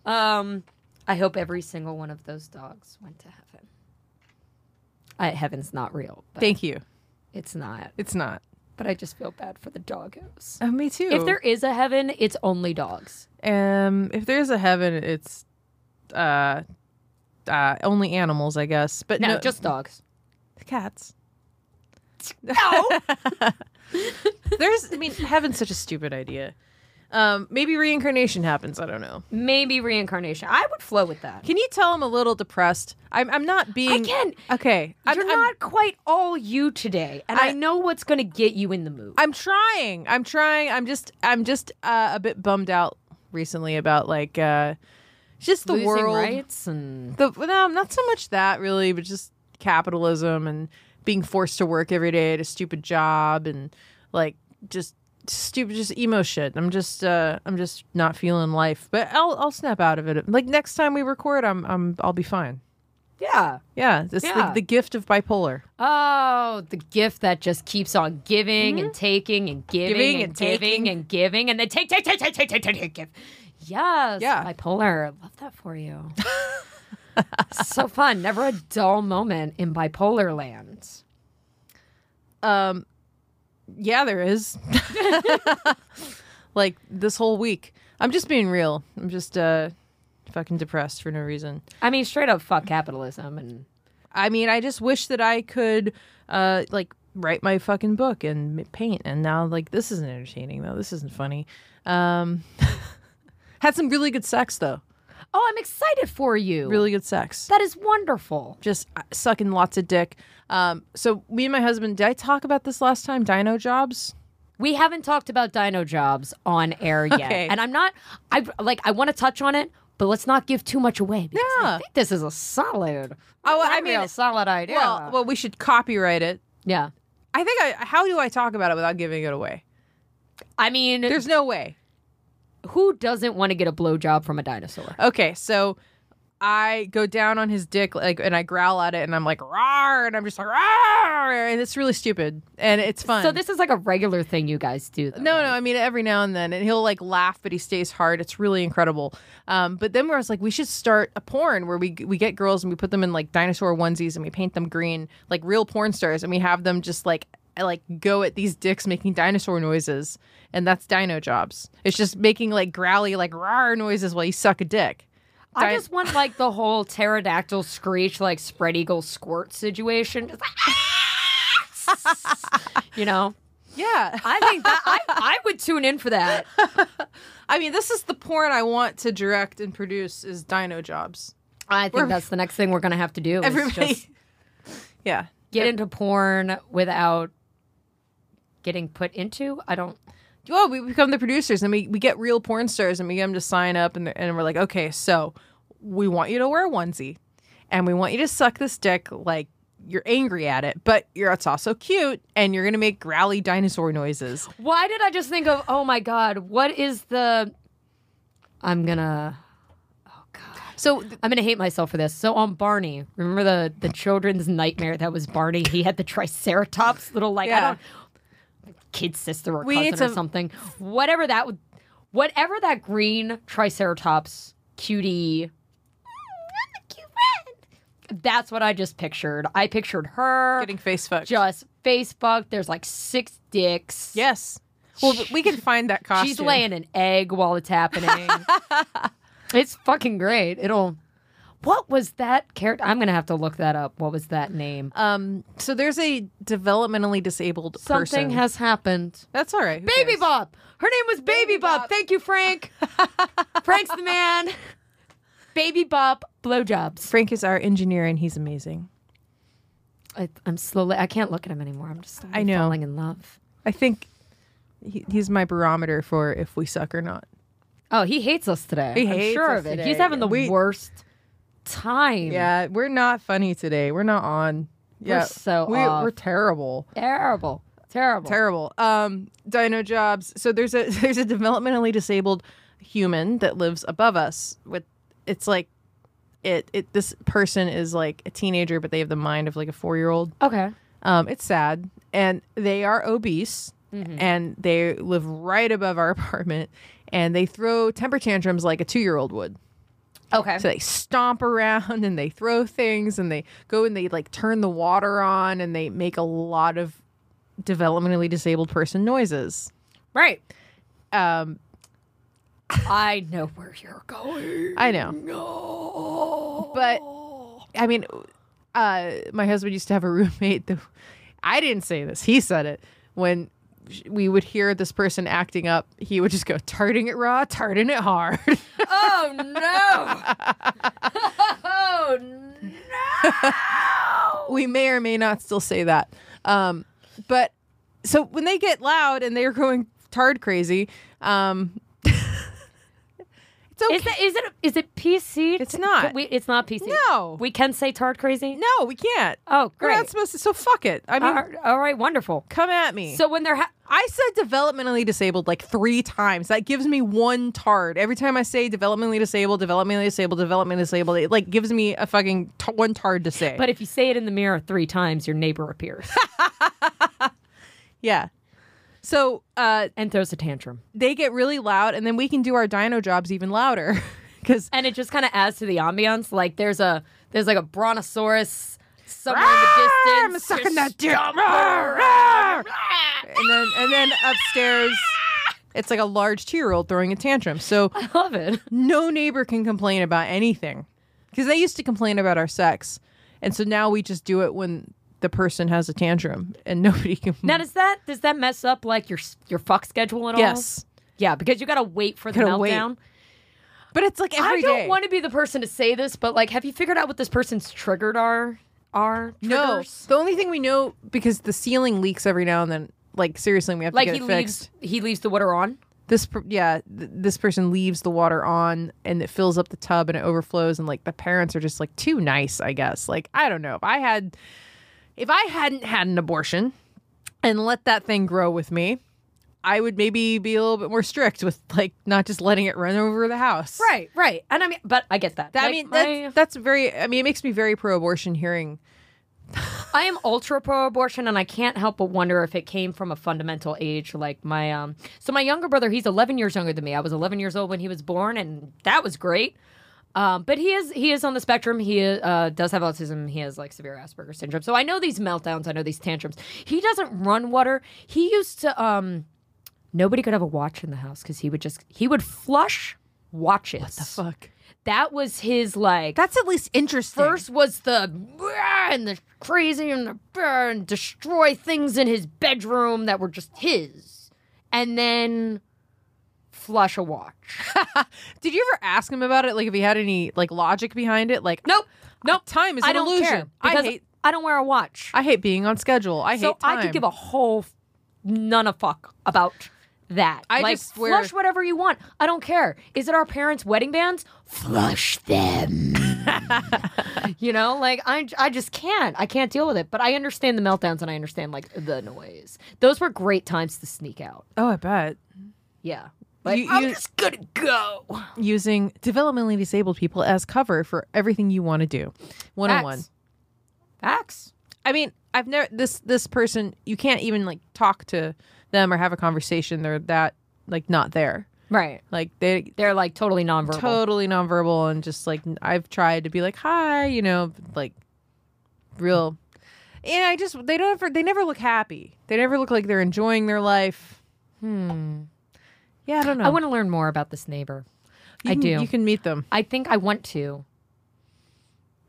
um, I hope every single one of those dogs went to heaven. I, heaven's not real. But Thank you. it's not. It's not. But I just feel bad for the doggos. Uh, me too. If there is a heaven, it's only dogs. Um, if there's a heaven, it's uh, uh, only animals, I guess. But No, no, just dogs. cats. No. There's, I mean, heaven's such a stupid idea. Um, maybe reincarnation happens. I don't know. Maybe reincarnation. I would flow with that. Can you tell I'm a little depressed? I'm, I'm not being. can't- Okay. I'm, You're I'm- not quite all you today, and I, I- know what's going to get you in the mood. I'm trying. I'm trying. I'm just. I'm just uh, a bit bummed out recently about like uh, just the Losing world. rights and The no, not so much that really, but just capitalism and being forced to work every day at a stupid job and like just stupid, just emo shit. I'm just, uh, I'm just not feeling life. But I'll, I'll snap out of it. Like next time we record, I'm, I'm, I'll be fine. yeah. Yeah, it's Yeah. The, the gift of bipolar. Oh, the gift that just keeps on giving and taking and giving, and, Mm-hmm. Giving and giving taking. and giving and then take, take, take, take, take, take, take, take, give. Yes. Yeah. Bipolar. I Love that for you. so fun. Never a dull moment in bipolar land. Um, yeah, there is. like this whole week, I'm just being real. I'm just, uh, fucking depressed for no reason. I mean, straight up fuck capitalism and I mean, I just wish that I could, uh, like write my fucking book and m- paint. And now, like, this isn't entertaining though. This isn't funny. Um, had some really good sex though. Oh, I'm excited for you. Really good sex. That is wonderful. Just uh, sucking lots of dick. Um, so me and my husband. Did I talk about this last time? Dino jobs. We haven't talked about dino jobs on air yet. Okay. And I'm not I like I want to touch on it, but let's not give too much away because I Yeah. think this is a solid Oh, a I mean- real solid idea. Well, well, we should copyright it. yeah. I think I. How do I talk about it without giving it away? I mean There's no way. who doesn't want to get a blowjob from a dinosaur? Okay, so I go down on his dick like and I growl at it and I'm like rawr and I'm just like rawr and it's really stupid and it's fun. So this is like a regular thing you guys do. Though, No, no, I mean every now and then and he'll like laugh but he stays hard. It's really incredible. Um, but then where I was like we should start a porn where we we get girls and we put them in like dinosaur onesies and we paint them green like real porn stars and we have them just like like go at these dicks making dinosaur noises and that's dino jobs. It's just making like growly like rawr noises while you suck a dick. I just want like the whole pterodactyl screech, like spread eagle squirt situation. Just like, you know, Yeah. I think that I, I would tune in for that. I mean, this is the porn I want to direct and produce is Dino Jobs. I think that's the next thing we're gonna have to do. Is Everybody, just yeah, get into porn without getting put into. I don't. well, we become the producers and we, we get real porn stars and we get them to sign up and, they're- and we're like, okay, so we want you to wear a onesie and we want you to suck this dick like you're angry at it, but you're it's also cute and you're gonna make growly dinosaur noises. Why did I just think of? Oh my god, what is the? I'm gonna. oh So I'm gonna hate myself for this. So on Barney, remember the the children's nightmare that was Barney? He had the Triceratops little like I Yeah. don't kid sister or We cousin need or to- something. Whatever that would, whatever that green Triceratops cutie. That's what I just pictured. I pictured her getting face fucked. just face fucked. There's like six dicks. yes. Well, we can find that costume. She's laying an egg while it's happening. it's fucking great. It'll. What was that character? I'm gonna have to look that up. What was that name? Um. So there's a developmentally disabled Something person. has happened. That's all right. Who Baby cares? Bob. Her name was Baby, Bob. Bop. Thank you, Frank. Frank's the man. Baby Bob blowjobs. Frank is our engineer and he's amazing. I, I'm slowly. I can't look at him anymore. I'm just. slowly I know. Falling in love. I think he, he's my barometer for if we suck or not. Oh, he hates us today. He I'm hates sure us of it. today. He's having the We- worst time. Yeah, we're not funny today. We're not on. Yeah, so we, off. we're terrible, Terrible. Terrible. terrible. Um, Dino Jobs. So there's a there's a developmentally disabled human that lives above us. With it's like it it this person is like a teenager, but they have the mind of like a four year old. okay. Um, it's sad, and they are obese, and they live right above our apartment, and they throw temper tantrums like a two year old would. Okay. So they stomp around and they throw things and they go and they like turn the water on and they make a lot of developmentally disabled person noises. right. Um, I know where you're going. I know. Oh. But I mean, uh, my husband used to have a roommate. That, I didn't say this; he said it. When sh- we would hear this person acting up, he would just go tarting it raw, tarting it hard. Oh no. oh no. we may or may not still say that. Um, but so when they get loud and they're going tard crazy, um, it's okay. Is that is it is it PC? It's not. But We, it's not PC. No. We can say tart crazy. no, we can't. Oh We're great. not supposed to. So fuck it. I mean, all, right, all right. Wonderful. come at me. So when they're ha- I said developmentally disabled like three times. That gives me one tard. Every time I say developmentally disabled, developmentally disabled, developmentally disabled, it like gives me a fucking t- one tard to say. but if you say it in the mirror three times, your neighbor appears yeah. So uh, and throws a tantrum, they get really loud, and then we can do our dino jobs even louder because and it just kind of adds to the ambiance. Like there's a there's like a brontosaurus somewhere in the distance. I'm sucking just- that dick. Rawr, rawr. And then and then upstairs it's like a large two year old throwing a tantrum. So Love it. no neighbor can complain about anything. Because they used to complain about our sex. And so now we just do it when the person has a tantrum and nobody can Now does that does that mess up like your s- your fuck schedule at all? Yes. Yeah, because you gotta wait for the Gotta wait meltdown. But it's like every I don't day. want to be the person to say this, but like, have you figured out what this person's triggered are? Are no. triggers? The only thing we know because the ceiling leaks every now and then. Like seriously, we have Like to he get it fixed. leaves he leaves the water on. this per- yeah th- this person leaves the water on and it fills up the tub and it overflows and like the parents are just like too nice i guess like i don't know if i had if i hadn't had an abortion and let that thing grow with me I would maybe be a little bit more strict with like not just letting it run over the house. Right, right. And I mean, but I get that. That, I Like, mean, my- that's, that's very. I mean, it makes me very pro-abortion hearing I am ultra pro abortion and I can't help but wonder if it came from a fundamental age like my um so my younger brother he's 11 years younger than me. I was 11 years old when he was born and that was great. Um, but he is he is on the spectrum. He uh, does have autism. He has like severe Asperger's syndrome. So I know these meltdowns. I know these tantrums. He doesn't run water. He used to um nobody could have a watch in the house because he would just he would flush watches. What the fuck. That was his like That's at least interesting. First was the "Rah," and the crazy and the "Rah," and destroy things in his bedroom that were just his, and then flush a watch. Did you ever ask him about it? Like, if he had any like logic behind it? Like, uh, Nope, nope. Time is I an don't illusion. care I because hate. I don't wear a watch, I hate being on schedule. I so hate. Time. I could give a whole f- none a fuck about that. I like just swear- flush whatever you want. I don't care. Is it our parents' wedding bands? Flush them. you know, like I, I just can't. I can't deal with it. But I understand the meltdowns and I understand like the noise. Those were great times to sneak out. Oh, I bet. Yeah. Like, You- I'm you- just gonna go. Using developmentally disabled people as cover for everything you want to do, one on one. Facts. Facts. I mean, I've never this this person. You can't even like talk to them or have a conversation. They're that like not there. Right. Like they They're like totally nonverbal. totally nonverbal and just like I've tried to be like hi, you know, like real. And I just they don't ever they never look happy. They never look like they're enjoying their life. Hmm. Yeah, I don't know. I want to learn more about this neighbor. You I can- do. You can meet them. I think I want to,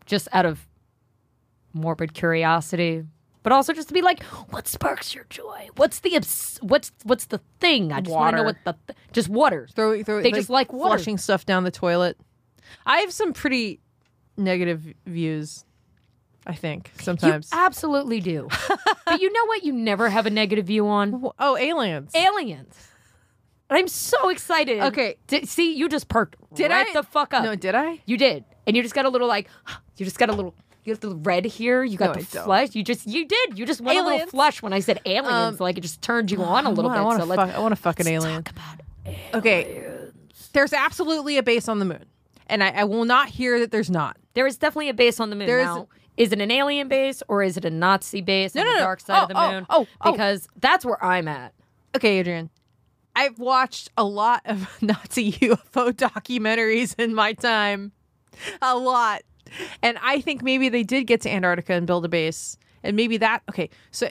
just out of morbid curiosity, but also just to be like, what sparks your joy? What's the obs- what's what's the thing? I just want to know Water. what the th- just water. Throw throw They just like water. flushing stuff down the toilet. I have some pretty negative views. I think sometimes. You absolutely do. but you know what? You never have a negative view on oh, aliens. aliens. And I'm so excited. Okay. Di- see, you just perked. Did right I- the fuck up? no, did I? You did, and you just got a little like, you just got a little. You got the red here. You got No, the I don't. flush. You just you did. You just went a little Aliens. Um, flush when I said aliens. like it just turned you on a little I bit. wanna so let's fuck, I want to fuck an alien. Okay, there's absolutely a base on the moon, and I, I will not hear that there's not. There is definitely a base on the moon. There is- now, is it an alien base or is it a Nazi base on no, the no. dark side Oh, of the oh, moon? oh, oh. because that's where I'm at. Okay, Adrian, I've watched a lot of Nazi UFO documentaries in my time, a lot, and I think maybe they did get to Antarctica and build a base, and maybe that. Okay, so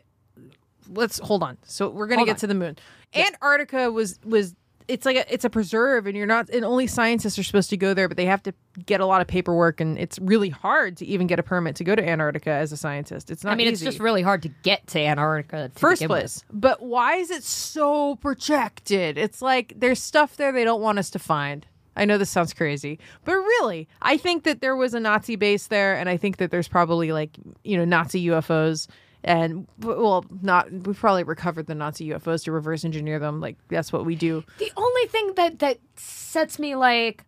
let's hold on. So we're gonna Hold get on. to the moon. Antarctica was was it's like a, it's a preserve, and you're not, and only scientists are supposed to go there, but they have to get a lot of paperwork, and it's really hard to even get a permit to go to Antarctica as a scientist. It's not. I mean, it's easy just really hard to get to Antarctica. To first begin place. But why is it so projected? It's like there's stuff there they don't want us to find. I know this sounds crazy, but really, I think that there was a Nazi base there, and I think that there's probably like you know Nazi UFOs, and well, not we probably recovered the Nazi UFOs to reverse engineer them. Like that's what we do. With. The only thing that that sets me like.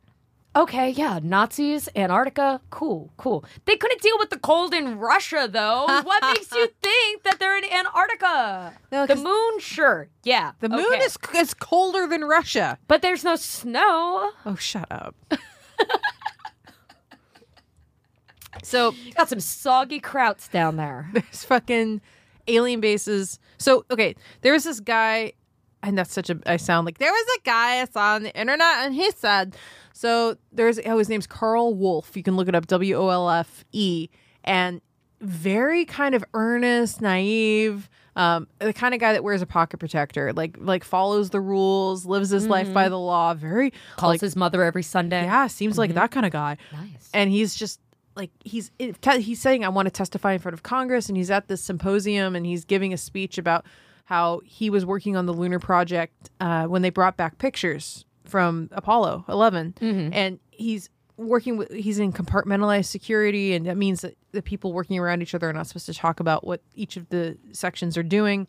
Okay, yeah, Nazis, Antarctica, cool, cool. They couldn't deal with the cold in Russia, though. What makes you think that they're in Antarctica? No, the 'cause- moon, sure, yeah. The moon okay. is is colder than Russia. but there's no snow. Oh, shut up. so Got some soggy krauts down there. there's fucking alien bases. So okay, there was this guy, and that's such a I sound like there was a guy I saw on the internet, and he said, so there's oh his name's Carl Wolf. You can look it up, W O L F E, and very kind of earnest, naive. Um, the kind of guy that wears a pocket protector, like like follows the rules, lives his life by the law. Very Calls like, his mother every Sunday. Mm-hmm. yeah, seems like that kind of guy. Nice. And he's just like he's he's saying I want to testify in front of Congress, and he's at this symposium, and he's giving a speech about how he was working on the lunar project uh, when they brought back pictures from Apollo 11, Mm-hmm. and he's working with he's in compartmentalized security, and that means that the people working around each other are not supposed to talk about what each of the sections are doing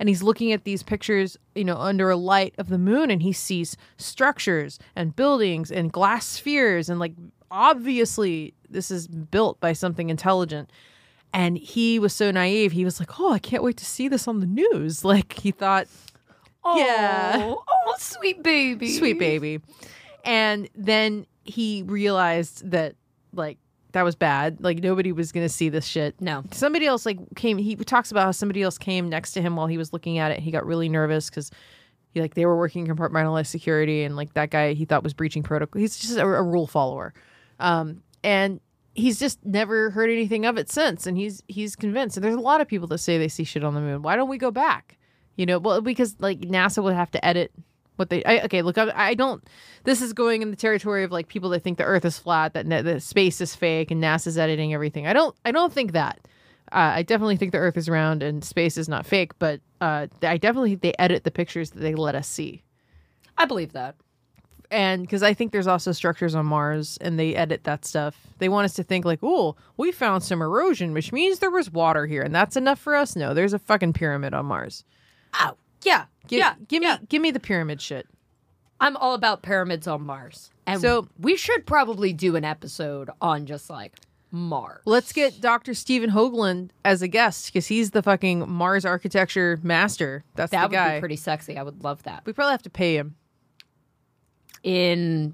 and he's looking at these pictures, you know, under a light of the moon, and he sees structures and buildings and glass spheres, and like obviously this is built by something intelligent. And he was so naive. He was like, "Oh, I can't wait to see this on the news." Like he thought, Oh, Yeah. Oh, sweet baby. Sweet baby. And then he realized that like that was bad. Like nobody was gonna see this shit. No. Somebody else like came. He talks about how somebody else came next to him while he was looking at it. He got really nervous because. He, like they were working compartmentalized security and like that guy he thought was breaching protocol he's just a, a rule follower um and he's just never heard anything of it since and he's he's convinced and there's a lot of people that say they see shit on the moon why don't we go back you know well because like nasa would have to edit what they I, okay look I, I don't this is going in the territory of like people that think the earth is flat that, na- that space is fake and nasa's editing everything i don't i don't think that uh, i definitely think the earth is round and space is not fake but uh, i definitely think they edit the pictures that they let us see I believe that. and because I think there's also structures on Mars, and they edit that stuff. They want us to think like, "Oh, we found some erosion, which means there was water here, and that's enough for us." No, there's a fucking pyramid on Mars. Oh, yeah. Gi- yeah. give yeah. me, give me the pyramid shit. I'm all about pyramids on Mars. And So- we should probably do an episode on just like Mars. Let's get Dr. Stephen Hoagland as a guest because he's the fucking Mars architecture master. That's that the would guy. be pretty sexy. I would love that. we probably have to pay him In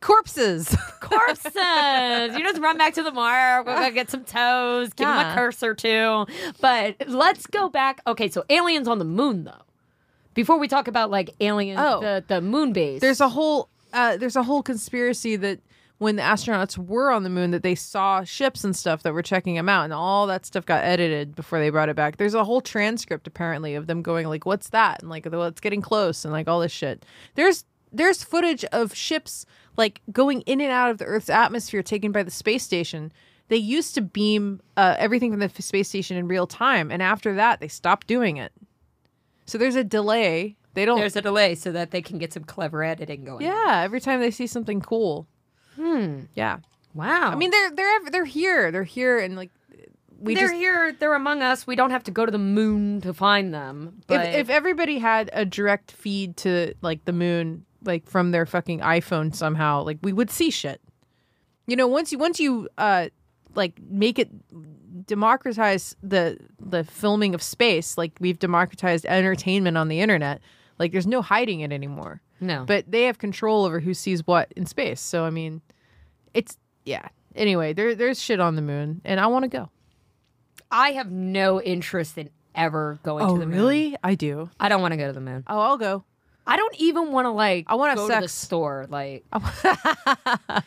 corpses. corpses, you just run back to the mark. We'll go get some toes, give him Yeah. a curse or two. But let's go back. Okay, so aliens on the moon though. Before we talk about like aliens, Oh. the the moon base. there's a whole uh, there's a whole conspiracy that when the astronauts were on the moon that they saw ships and stuff that were checking them out and all that stuff got edited before they brought it back there's a whole transcript apparently of them going like what's that and like well it's getting close and like all this shit there's there's footage of ships like going in and out of the earth's atmosphere taken by the space station they used to beam uh, everything from the f- space station in real time and after that they stopped doing it so there's a delay they don't there's a delay so that they can get some clever editing going. yeah, every time they see something cool. Hmm. Yeah. Wow. I mean, they're they're ev- they're here. They're here, and like we they're just here. They're among us. We don't have to go to the moon to find them. But if, if everybody had a direct feed to like the moon, like from their fucking iPhone somehow, like we would see shit. You know, once you once you uh like make it democratize the the filming of space, like we've democratized entertainment on the internet. Like there's no hiding it anymore. no, but they have control over who sees what in space. So I mean, it's yeah. Anyway, there there's shit on the moon, and I want to go. I have no interest in ever going to the moon. I do. I don't want to go to the moon. Oh, I'll go. I don't even want to like. I wanna go have to the sex. store. Like I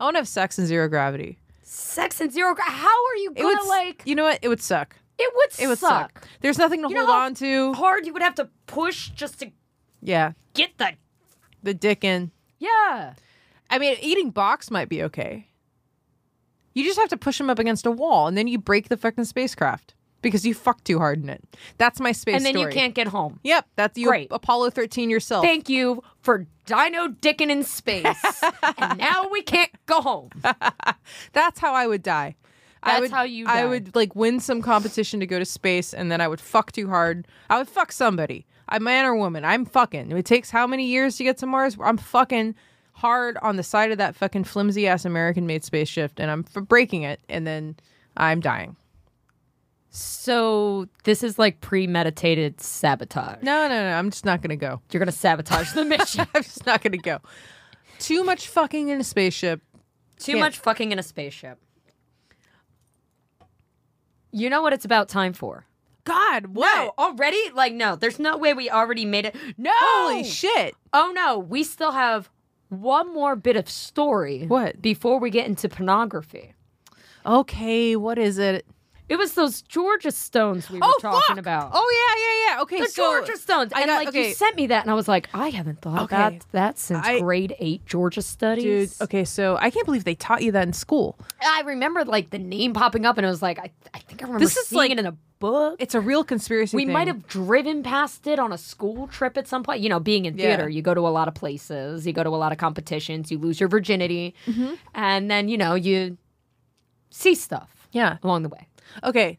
want to have sex in zero gravity. sex and zero. gra- How are you It gonna would like? like. You know what? It would suck. It would. It would suck. There's nothing to You know hold how on to. Hard. You would have to push just to Yeah, get the. the dick in. Yeah. I mean, eating box might be okay. You just have to push him up against a wall, and then you break the fucking spacecraft because you fucked too hard in it. That's my space. and then you story. can't get home. Yep, that's you. Great. Apollo 13 yourself. Thank you for dino dicking in space, and now we can't go home. that's how I would die. I That's would, how you I die. would like win some competition to go to space, and then I would fuck too hard. I would fuck somebody, a man or woman. I'm fucking. It takes how many years to get to Mars? I'm fucking hard on the side of that fucking flimsy ass American made spaceship, and I'm f- breaking it, and then I'm dying. So this is like premeditated sabotage. No, no, no. I'm just not gonna go. You're gonna sabotage the mission. I'm just not gonna go. Too much fucking in a spaceship. Too Can't. much fucking in a spaceship. You know what it's about time for? God, what? No, already? Like, no, there's no way we already made it. No! Holy shit! Oh no, we still have one more bit of story. What? Before we get into pornography. Okay, what is it? It was those Georgia Stones we were talking about. Oh yeah, yeah, yeah. Okay, the so Georgia Stones. I and got- like okay. you sent me that and I was like, I haven't thought Okay. about that since I- grade eight Georgia dude. studies. Okay, so I can't believe they taught you that in school. I remember like the name popping up and I was like, I, I think I remember This is seeing like- it in a book. It's a real conspiracy. We thing. might have driven past it on a school trip at some point. You know, being in Yeah. theater, you go to a lot of places, you go to a lot of competitions, you lose your virginity, Mm-hmm. and then you know you see stuff Yeah. along the way. Okay.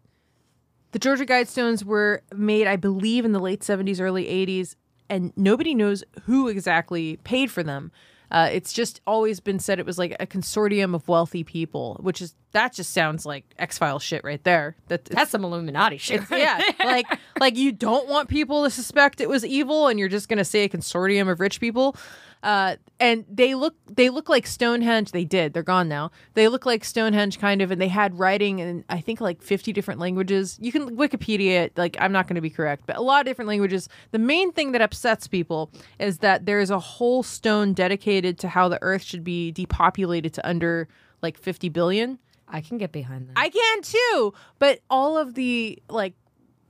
The Georgia Guidestones were made, I believe, in the late seventies, early eighties, and nobody knows who exactly paid for them. Uh, it's just always been said it was like a consortium of wealthy people, which is that just sounds like X Files shit right there. That That's some Illuminati shit. it's- yeah, like like you don't want people to suspect it was evil, and you're just gonna say a consortium of rich people. Uh, and they look they look like Stonehenge. They did. They're gone now. They look like Stonehenge kind of, and they had writing in I think like 50 different languages. You can Wikipedia it. Like I'm not going to be correct, but a lot of different languages. The main thing that upsets people is that there is a whole stone dedicated to how the Earth should be depopulated to under like 50 billion. I can get behind that. I can too. But all of the like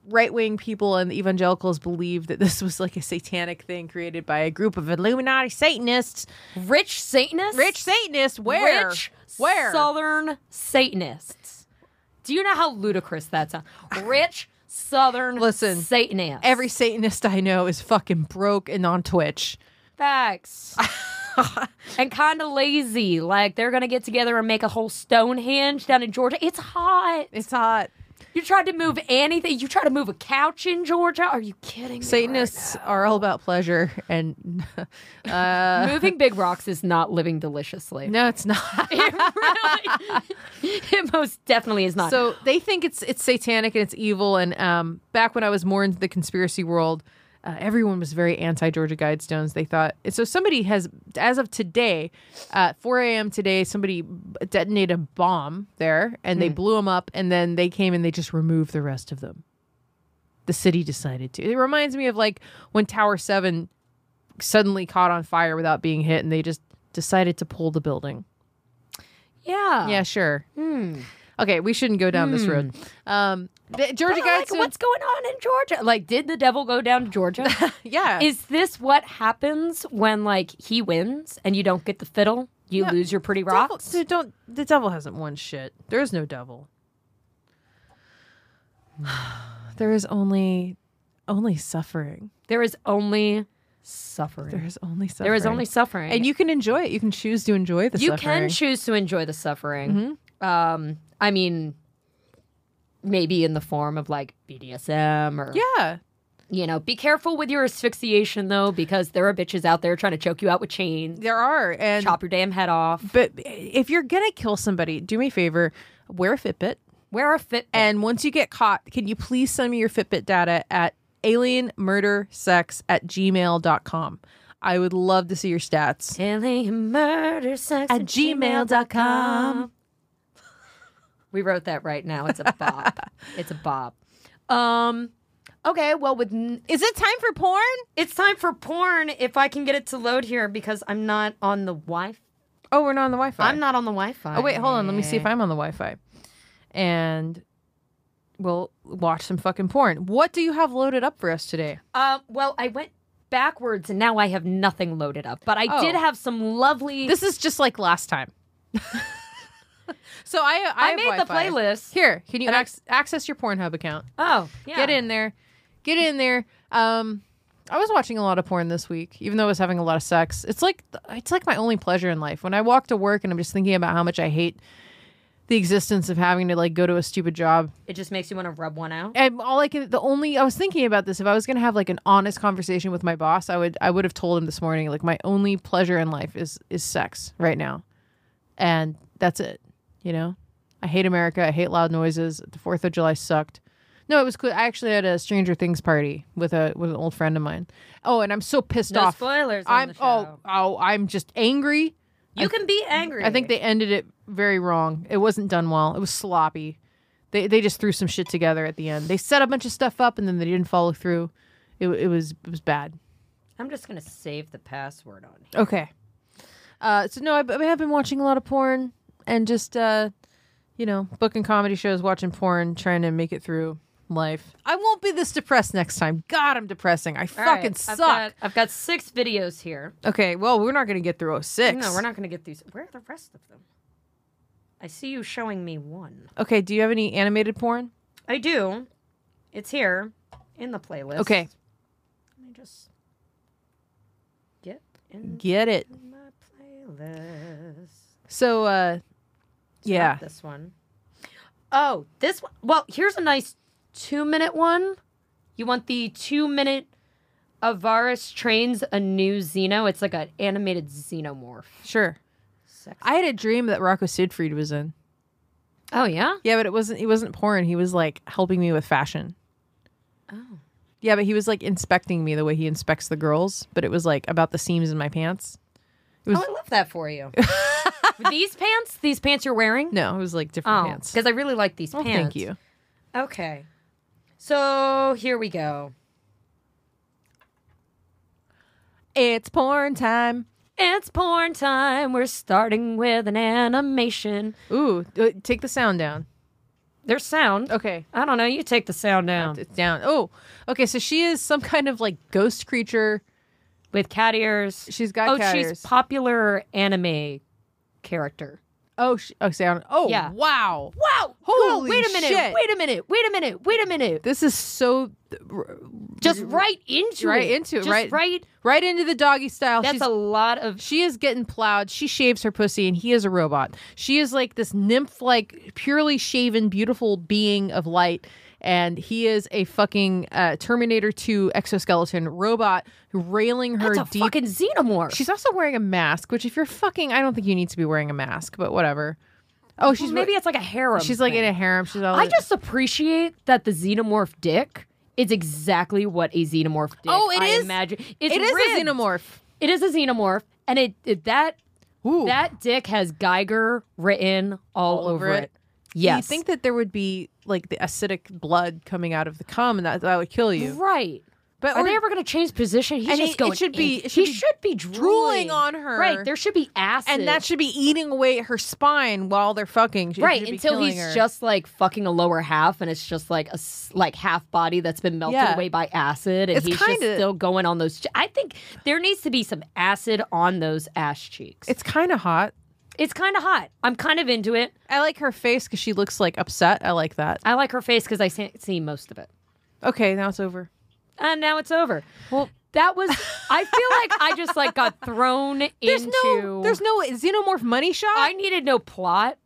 right wing people and the evangelicals believe that this was like a satanic thing created by a group of Illuminati Satanists, rich Satanists? rich Satanists. Where? Rich Where? Southern Satanists. Do you know how ludicrous that sounds? Rich Southern Listen, Satanists. Every Satanist I know is fucking broke and on Twitch. facts. and kind of lazy. Like they're going to get together and make a whole Stonehenge down in Georgia. It's hot. It's hot. You tried to move anything. You tried to move a couch in Georgia. Are you kidding me? Satanists are all about pleasure, and uh, Moving big rocks is not living deliciously. no, it's not. It really, it most definitely is not. So they think it's it's satanic and it's evil. And um, back when I was more into the conspiracy world, uh, everyone was very anti Georgia Guidestones. They thought so. Somebody has, as of today, uh, 4 a.m. today, somebody detonated a bomb there, and Hmm. they blew them up. And then they came and they just removed the rest of them. The city decided to. It reminds me of like when Tower Seven suddenly caught on fire without being hit, and they just decided to pull the building. yeah. Yeah, sure. Okay, we shouldn't go down this road. Um, the- Georgia But, like, Guidestones. what's going on in Georgia? Like, did the devil go down to Georgia? yeah? Is this what happens when like he wins and you don't get the fiddle? You lose your pretty devil, rocks. dude, don't the devil hasn't won shit. There is no devil. there is only only suffering. There is only There suffering. is only suffering. There is only suffering, and you can enjoy it. You can choose to enjoy the you suffering. can choose to enjoy the suffering. Um, I mean, maybe in the form of like BDSM or yeah. you know, be careful with your asphyxiation though, because there are bitches out there trying to choke you out with chains, There are and chop your damn head off. but eh, if you're going to kill somebody, do me a favor, wear a Fitbit. Wear a fit. And once you get caught, can you please send me your Fitbit data at alienmurdersex at gmail.com? I would love to see your stats. Alien murder sex at gmail.com. We wrote that right now. It's a bop. it's a bop. Um, okay, well, with n- Is it time for porn? it's time for porn. If I can get it to load here, because I'm not on the Wi. Oh, we're not on the Wi Fi. I'm not on the Wi-Fi. Oh, wait, hold on. Let me see if I'm on the Wi Fi. And we'll watch some fucking porn. What do you have loaded up for us today? Uh, well, I went backwards, and now I have nothing loaded up. But I Oh. did have some lovely. This is just like last time. so I, I, I, have made the Wi-Fi. playlist. Here, can you And I- ac- access your Pornhub account? Oh, yeah. Get in there. Get in there. Um I was watching a lot of porn this week, even though I was having a lot of sex. It's like it's like my only pleasure in life. When I walk to work and I'm just thinking about how much I hate the existence of having to like go to a stupid job. It just makes you want to rub one out. And all I can the only I was thinking about this if I was going to have like an honest conversation with my boss, I would I would have told him this morning like my only pleasure in life is is sex right now. And that's it, you know? I hate America. I hate loud noises. The Fourth of July sucked. No, it was cool. I actually had a Stranger Things party with a with an old friend of mine. Oh, and I'm so pissed No off. spoilers on I'm the oh show. oh I'm just angry. You can be angry. I think they ended it very wrong. It wasn't done well. It was sloppy. They they just threw some shit together at the end. They set a bunch of stuff up and then they didn't follow through. It it was it was bad. I'm just gonna save the password on here. Okay. Uh, so no, I, I have been watching a lot of porn and just uh, you know, booking comedy shows, watching porn, trying to make it through life. I won't be this depressed next time. God, I'm depressing. I All right, fucking I've suck. got, I've got six videos here. Okay, well, we're not gonna get through 06. No, we're not gonna get these. Where are the rest of them? I see you showing me one. Okay, do you have any animated porn? I do. It's here in the playlist. Okay. Let me just get in Get it. my playlist. So uh, It's not yeah. this one. Oh, this one. Well, here's a nice two minute one. You want the two minute Avaris trains a new Xeno? It's like an animated xenomorph. Sure. Sex. I had a dream that Rocco Siegfried was in. Oh yeah. Yeah, but it wasn't. He wasn't porn. He was like helping me with fashion. Oh. Yeah, but he was like inspecting me the way he inspects the girls. But it was like about the seams in my pants. Oh, I love that for you. these pants, these pants you're wearing. No, it was like different Oh, pants. because I really like these Well, pants. thank you. Okay. So here we go. It's porn time. It's porn time. We're starting with an animation. Ooh, uh, take the sound down. There's sound. Okay. I don't know. You take the sound down It's down. Oh, okay. So she is some kind of like ghost creature. with cat ears. She's got oh, cat she's ears. popular anime character. Oh, she, oh, sound. Oh, Yeah. wow. Wow! Holy wait a minute! shit. Wait a minute! Wait a minute! Wait a minute! This is so Just right into Right it. into it, Just right- Right. right into the doggy style. That's She's- a lot of She is getting plowed. She shaves her pussy, and he is a robot. She is like this nymph like, purely shaven, beautiful being of light. And he is a fucking uh, Terminator 2 exoskeleton robot railing her that's a deep. fucking xenomorph. she's also wearing a mask, which, if you're fucking, I don't think you need to be wearing a mask, but whatever. Oh, she's Well, maybe it's like a harem. she's like thing. in a harem. She's all I just appreciate that the xenomorph dick is exactly what a xenomorph dick. Oh, it I is- Imagine it's it is ribbed. a xenomorph. It is a xenomorph, and it, it- that Ooh. that dick has Geiger written all, over it. Yes, You think that there would be like the acidic blood coming out of the cum, and that that would kill you. right. But Are or- they ever going to change position? He's And just he- it going. should be- in. it should he be should be drooling. drooling on her. Right. There should be acid. and that should be eating away at her spine while they're fucking. It right should be until killing he's her. just like fucking a lower half, and it's just like a s- like half body that's been melted Yeah. away by acid, and It's he's just kinda- still going on those. Ch- I think there needs to be some acid on those ass cheeks. It's, It's kind of hot. kind of hot. I'm kind of into it. I like her face because she looks like upset. I like that. I like her face because I se- see most of it. Okay, now it's over. And now it's over. Well, That was. I feel like I just like got thrown there's into. no, there's no xenomorph money shot. I needed no plot.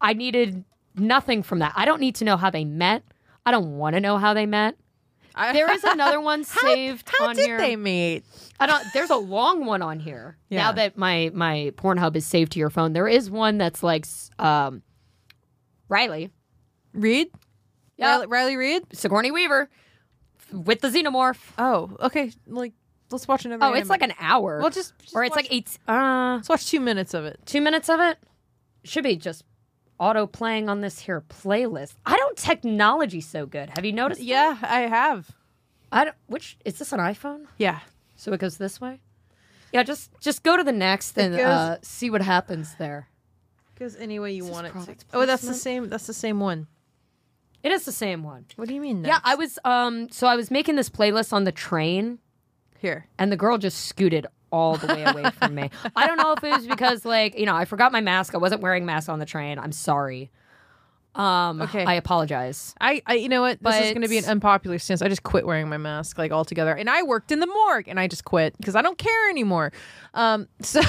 I needed nothing from that. I don't need to know how they met. I don't want to know how they met. I- There is another one how, saved How on did here. they meet? I don't. There's a long one on here. Now Yeah. that my my Pornhub is saved to your phone, there is one that's like s- um, Riley Reed. Yeah. Riley, Riley Reed. Sigourney Weaver with the xenomorph. Oh, okay. Like, let's watch another. Oh, it's like an hour. Well, just, just or it's watch- like eight. Uh, Let's watch two minutes of it. two minutes of it should be just auto playing on this here playlist. I don't technology so good. Have you noticed? Yeah, I have. I don't, which is this an iPhone? Yeah. So it goes this way. Yeah, just just go to the next and goes- uh, see what happens there. Goes any way you is want it. To. product Oh, that's the placement. same. That's the same one. It is the same one. What do you mean? Yeah, I was um so I was making this playlist on the train here. and the girl just scooted all the way away from me. I don't know if it was because like, you know, I forgot my mask. I wasn't wearing a mask on the train. I'm sorry. Um Okay. I apologize. I, I you know what? This is But- going to be an unpopular stance. I just quit wearing my mask like altogether. And I worked in the morgue and I just quit because I don't care anymore. Um so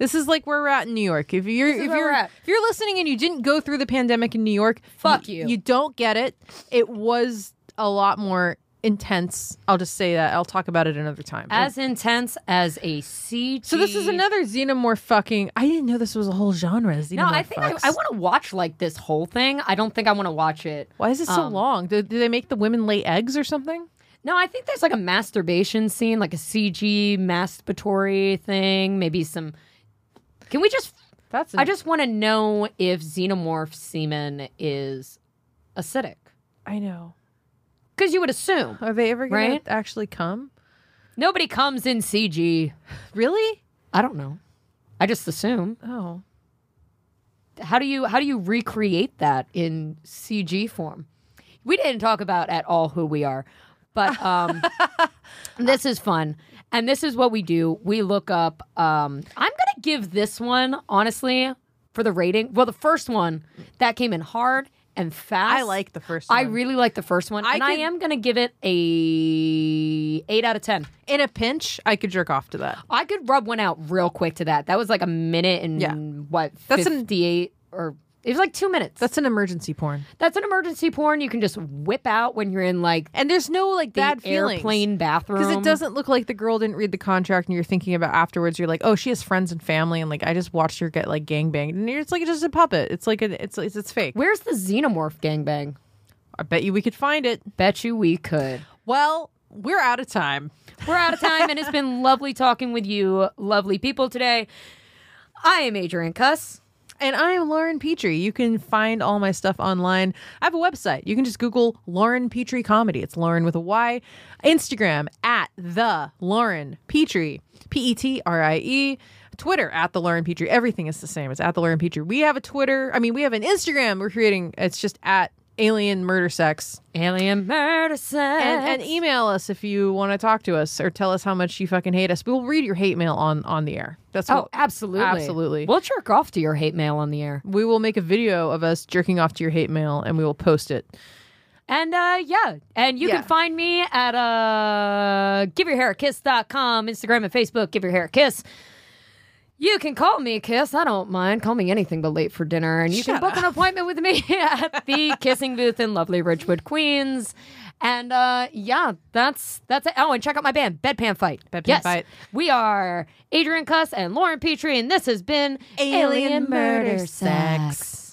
this is like where we're at in New York. If you're if where we're you're at. if you're listening and you didn't go through the pandemic in New York, Fuck y- you. You don't get it. It was a lot more intense. I'll just say that. I'll talk about it another time. As intense as a CG. so this is another xenomorph fucking. I didn't know this was a whole genre. Xenomorph No, I think I, fucks. I want to watch like this whole thing. I don't think I want to watch it. Why is it so um, long? Do, do they make the women lay eggs or something? No, I think there's like a masturbation scene, like a CG masturbatory thing, maybe some Can we just That's I just want to know if xenomorph semen is acidic. I know. Because you would assume. Are they ever gonna Right? actually come? Nobody comes in CG. Really? I don't know. I just assume. Oh, How do you how do you recreate that in CG form? We didn't talk about at all who we are, but um, this is fun, and this is what we do. We look up. Um, I'm gonna give this one honestly for the rating. Well, the first one that came in hard and fast. I like the first. I one. really like the first one, I and I could- am gonna give it a eight out of ten. in a pinch, I could jerk off to that. I could rub one out real quick to that. That was like a minute and Yeah. what That's an- fifty eight or It was like two minutes. That's an emergency porn. That's an emergency porn you can just whip out when you're in like And there's no like the bad feelings. airplane bathroom. Because it doesn't look like the girl didn't read the contract, and you're thinking about afterwards. You're like, oh, she has friends and family, and like I just watched her get like gangbanged, and you're, it's like just a puppet. It's like a, it's it's it's fake. Where's the xenomorph gangbang? I bet you we could find it. Bet you we could. Well, we're out of time. We're out of time, and it's been lovely talking with you, lovely people today. I am Adrian Cuss. And I am Lauren Petrie. You can find all my stuff online. I have a website. You can just Google Lauren Petrie Comedy. It's Lauren with a Y. Instagram at the Lauren Petrie, P E T R I E. Twitter at the Lauren Petrie. Everything is the same. It's at the Lauren Petrie. We have a Twitter. I mean, we have an Instagram we're creating. It's just at Alien Murder Sex. Alien murder sex. And, and email us if you want to talk to us or tell us how much you fucking hate us. We'll read your hate mail on on the air. That's oh, what, absolutely, absolutely. We'll jerk off to your hate mail on the air. we will make a video of us jerking off to your hate mail and we will post it. And uh, yeah, and you Yeah. can find me at uh, giveyourhairakiss.com, Instagram and Facebook, give your hair a kiss. You can call me a kiss. I don't mind. Call me anything but late for dinner. And you can book an appointment with me at the kissing booth in lovely Ridgewood, Queens. And uh, yeah, that's that's it. Oh, and check out my band, Bedpan Fight. Bedpan yes, Fight. We are Adrian Cuss and Lauren Petrie, and this has been Alien Murder Sex.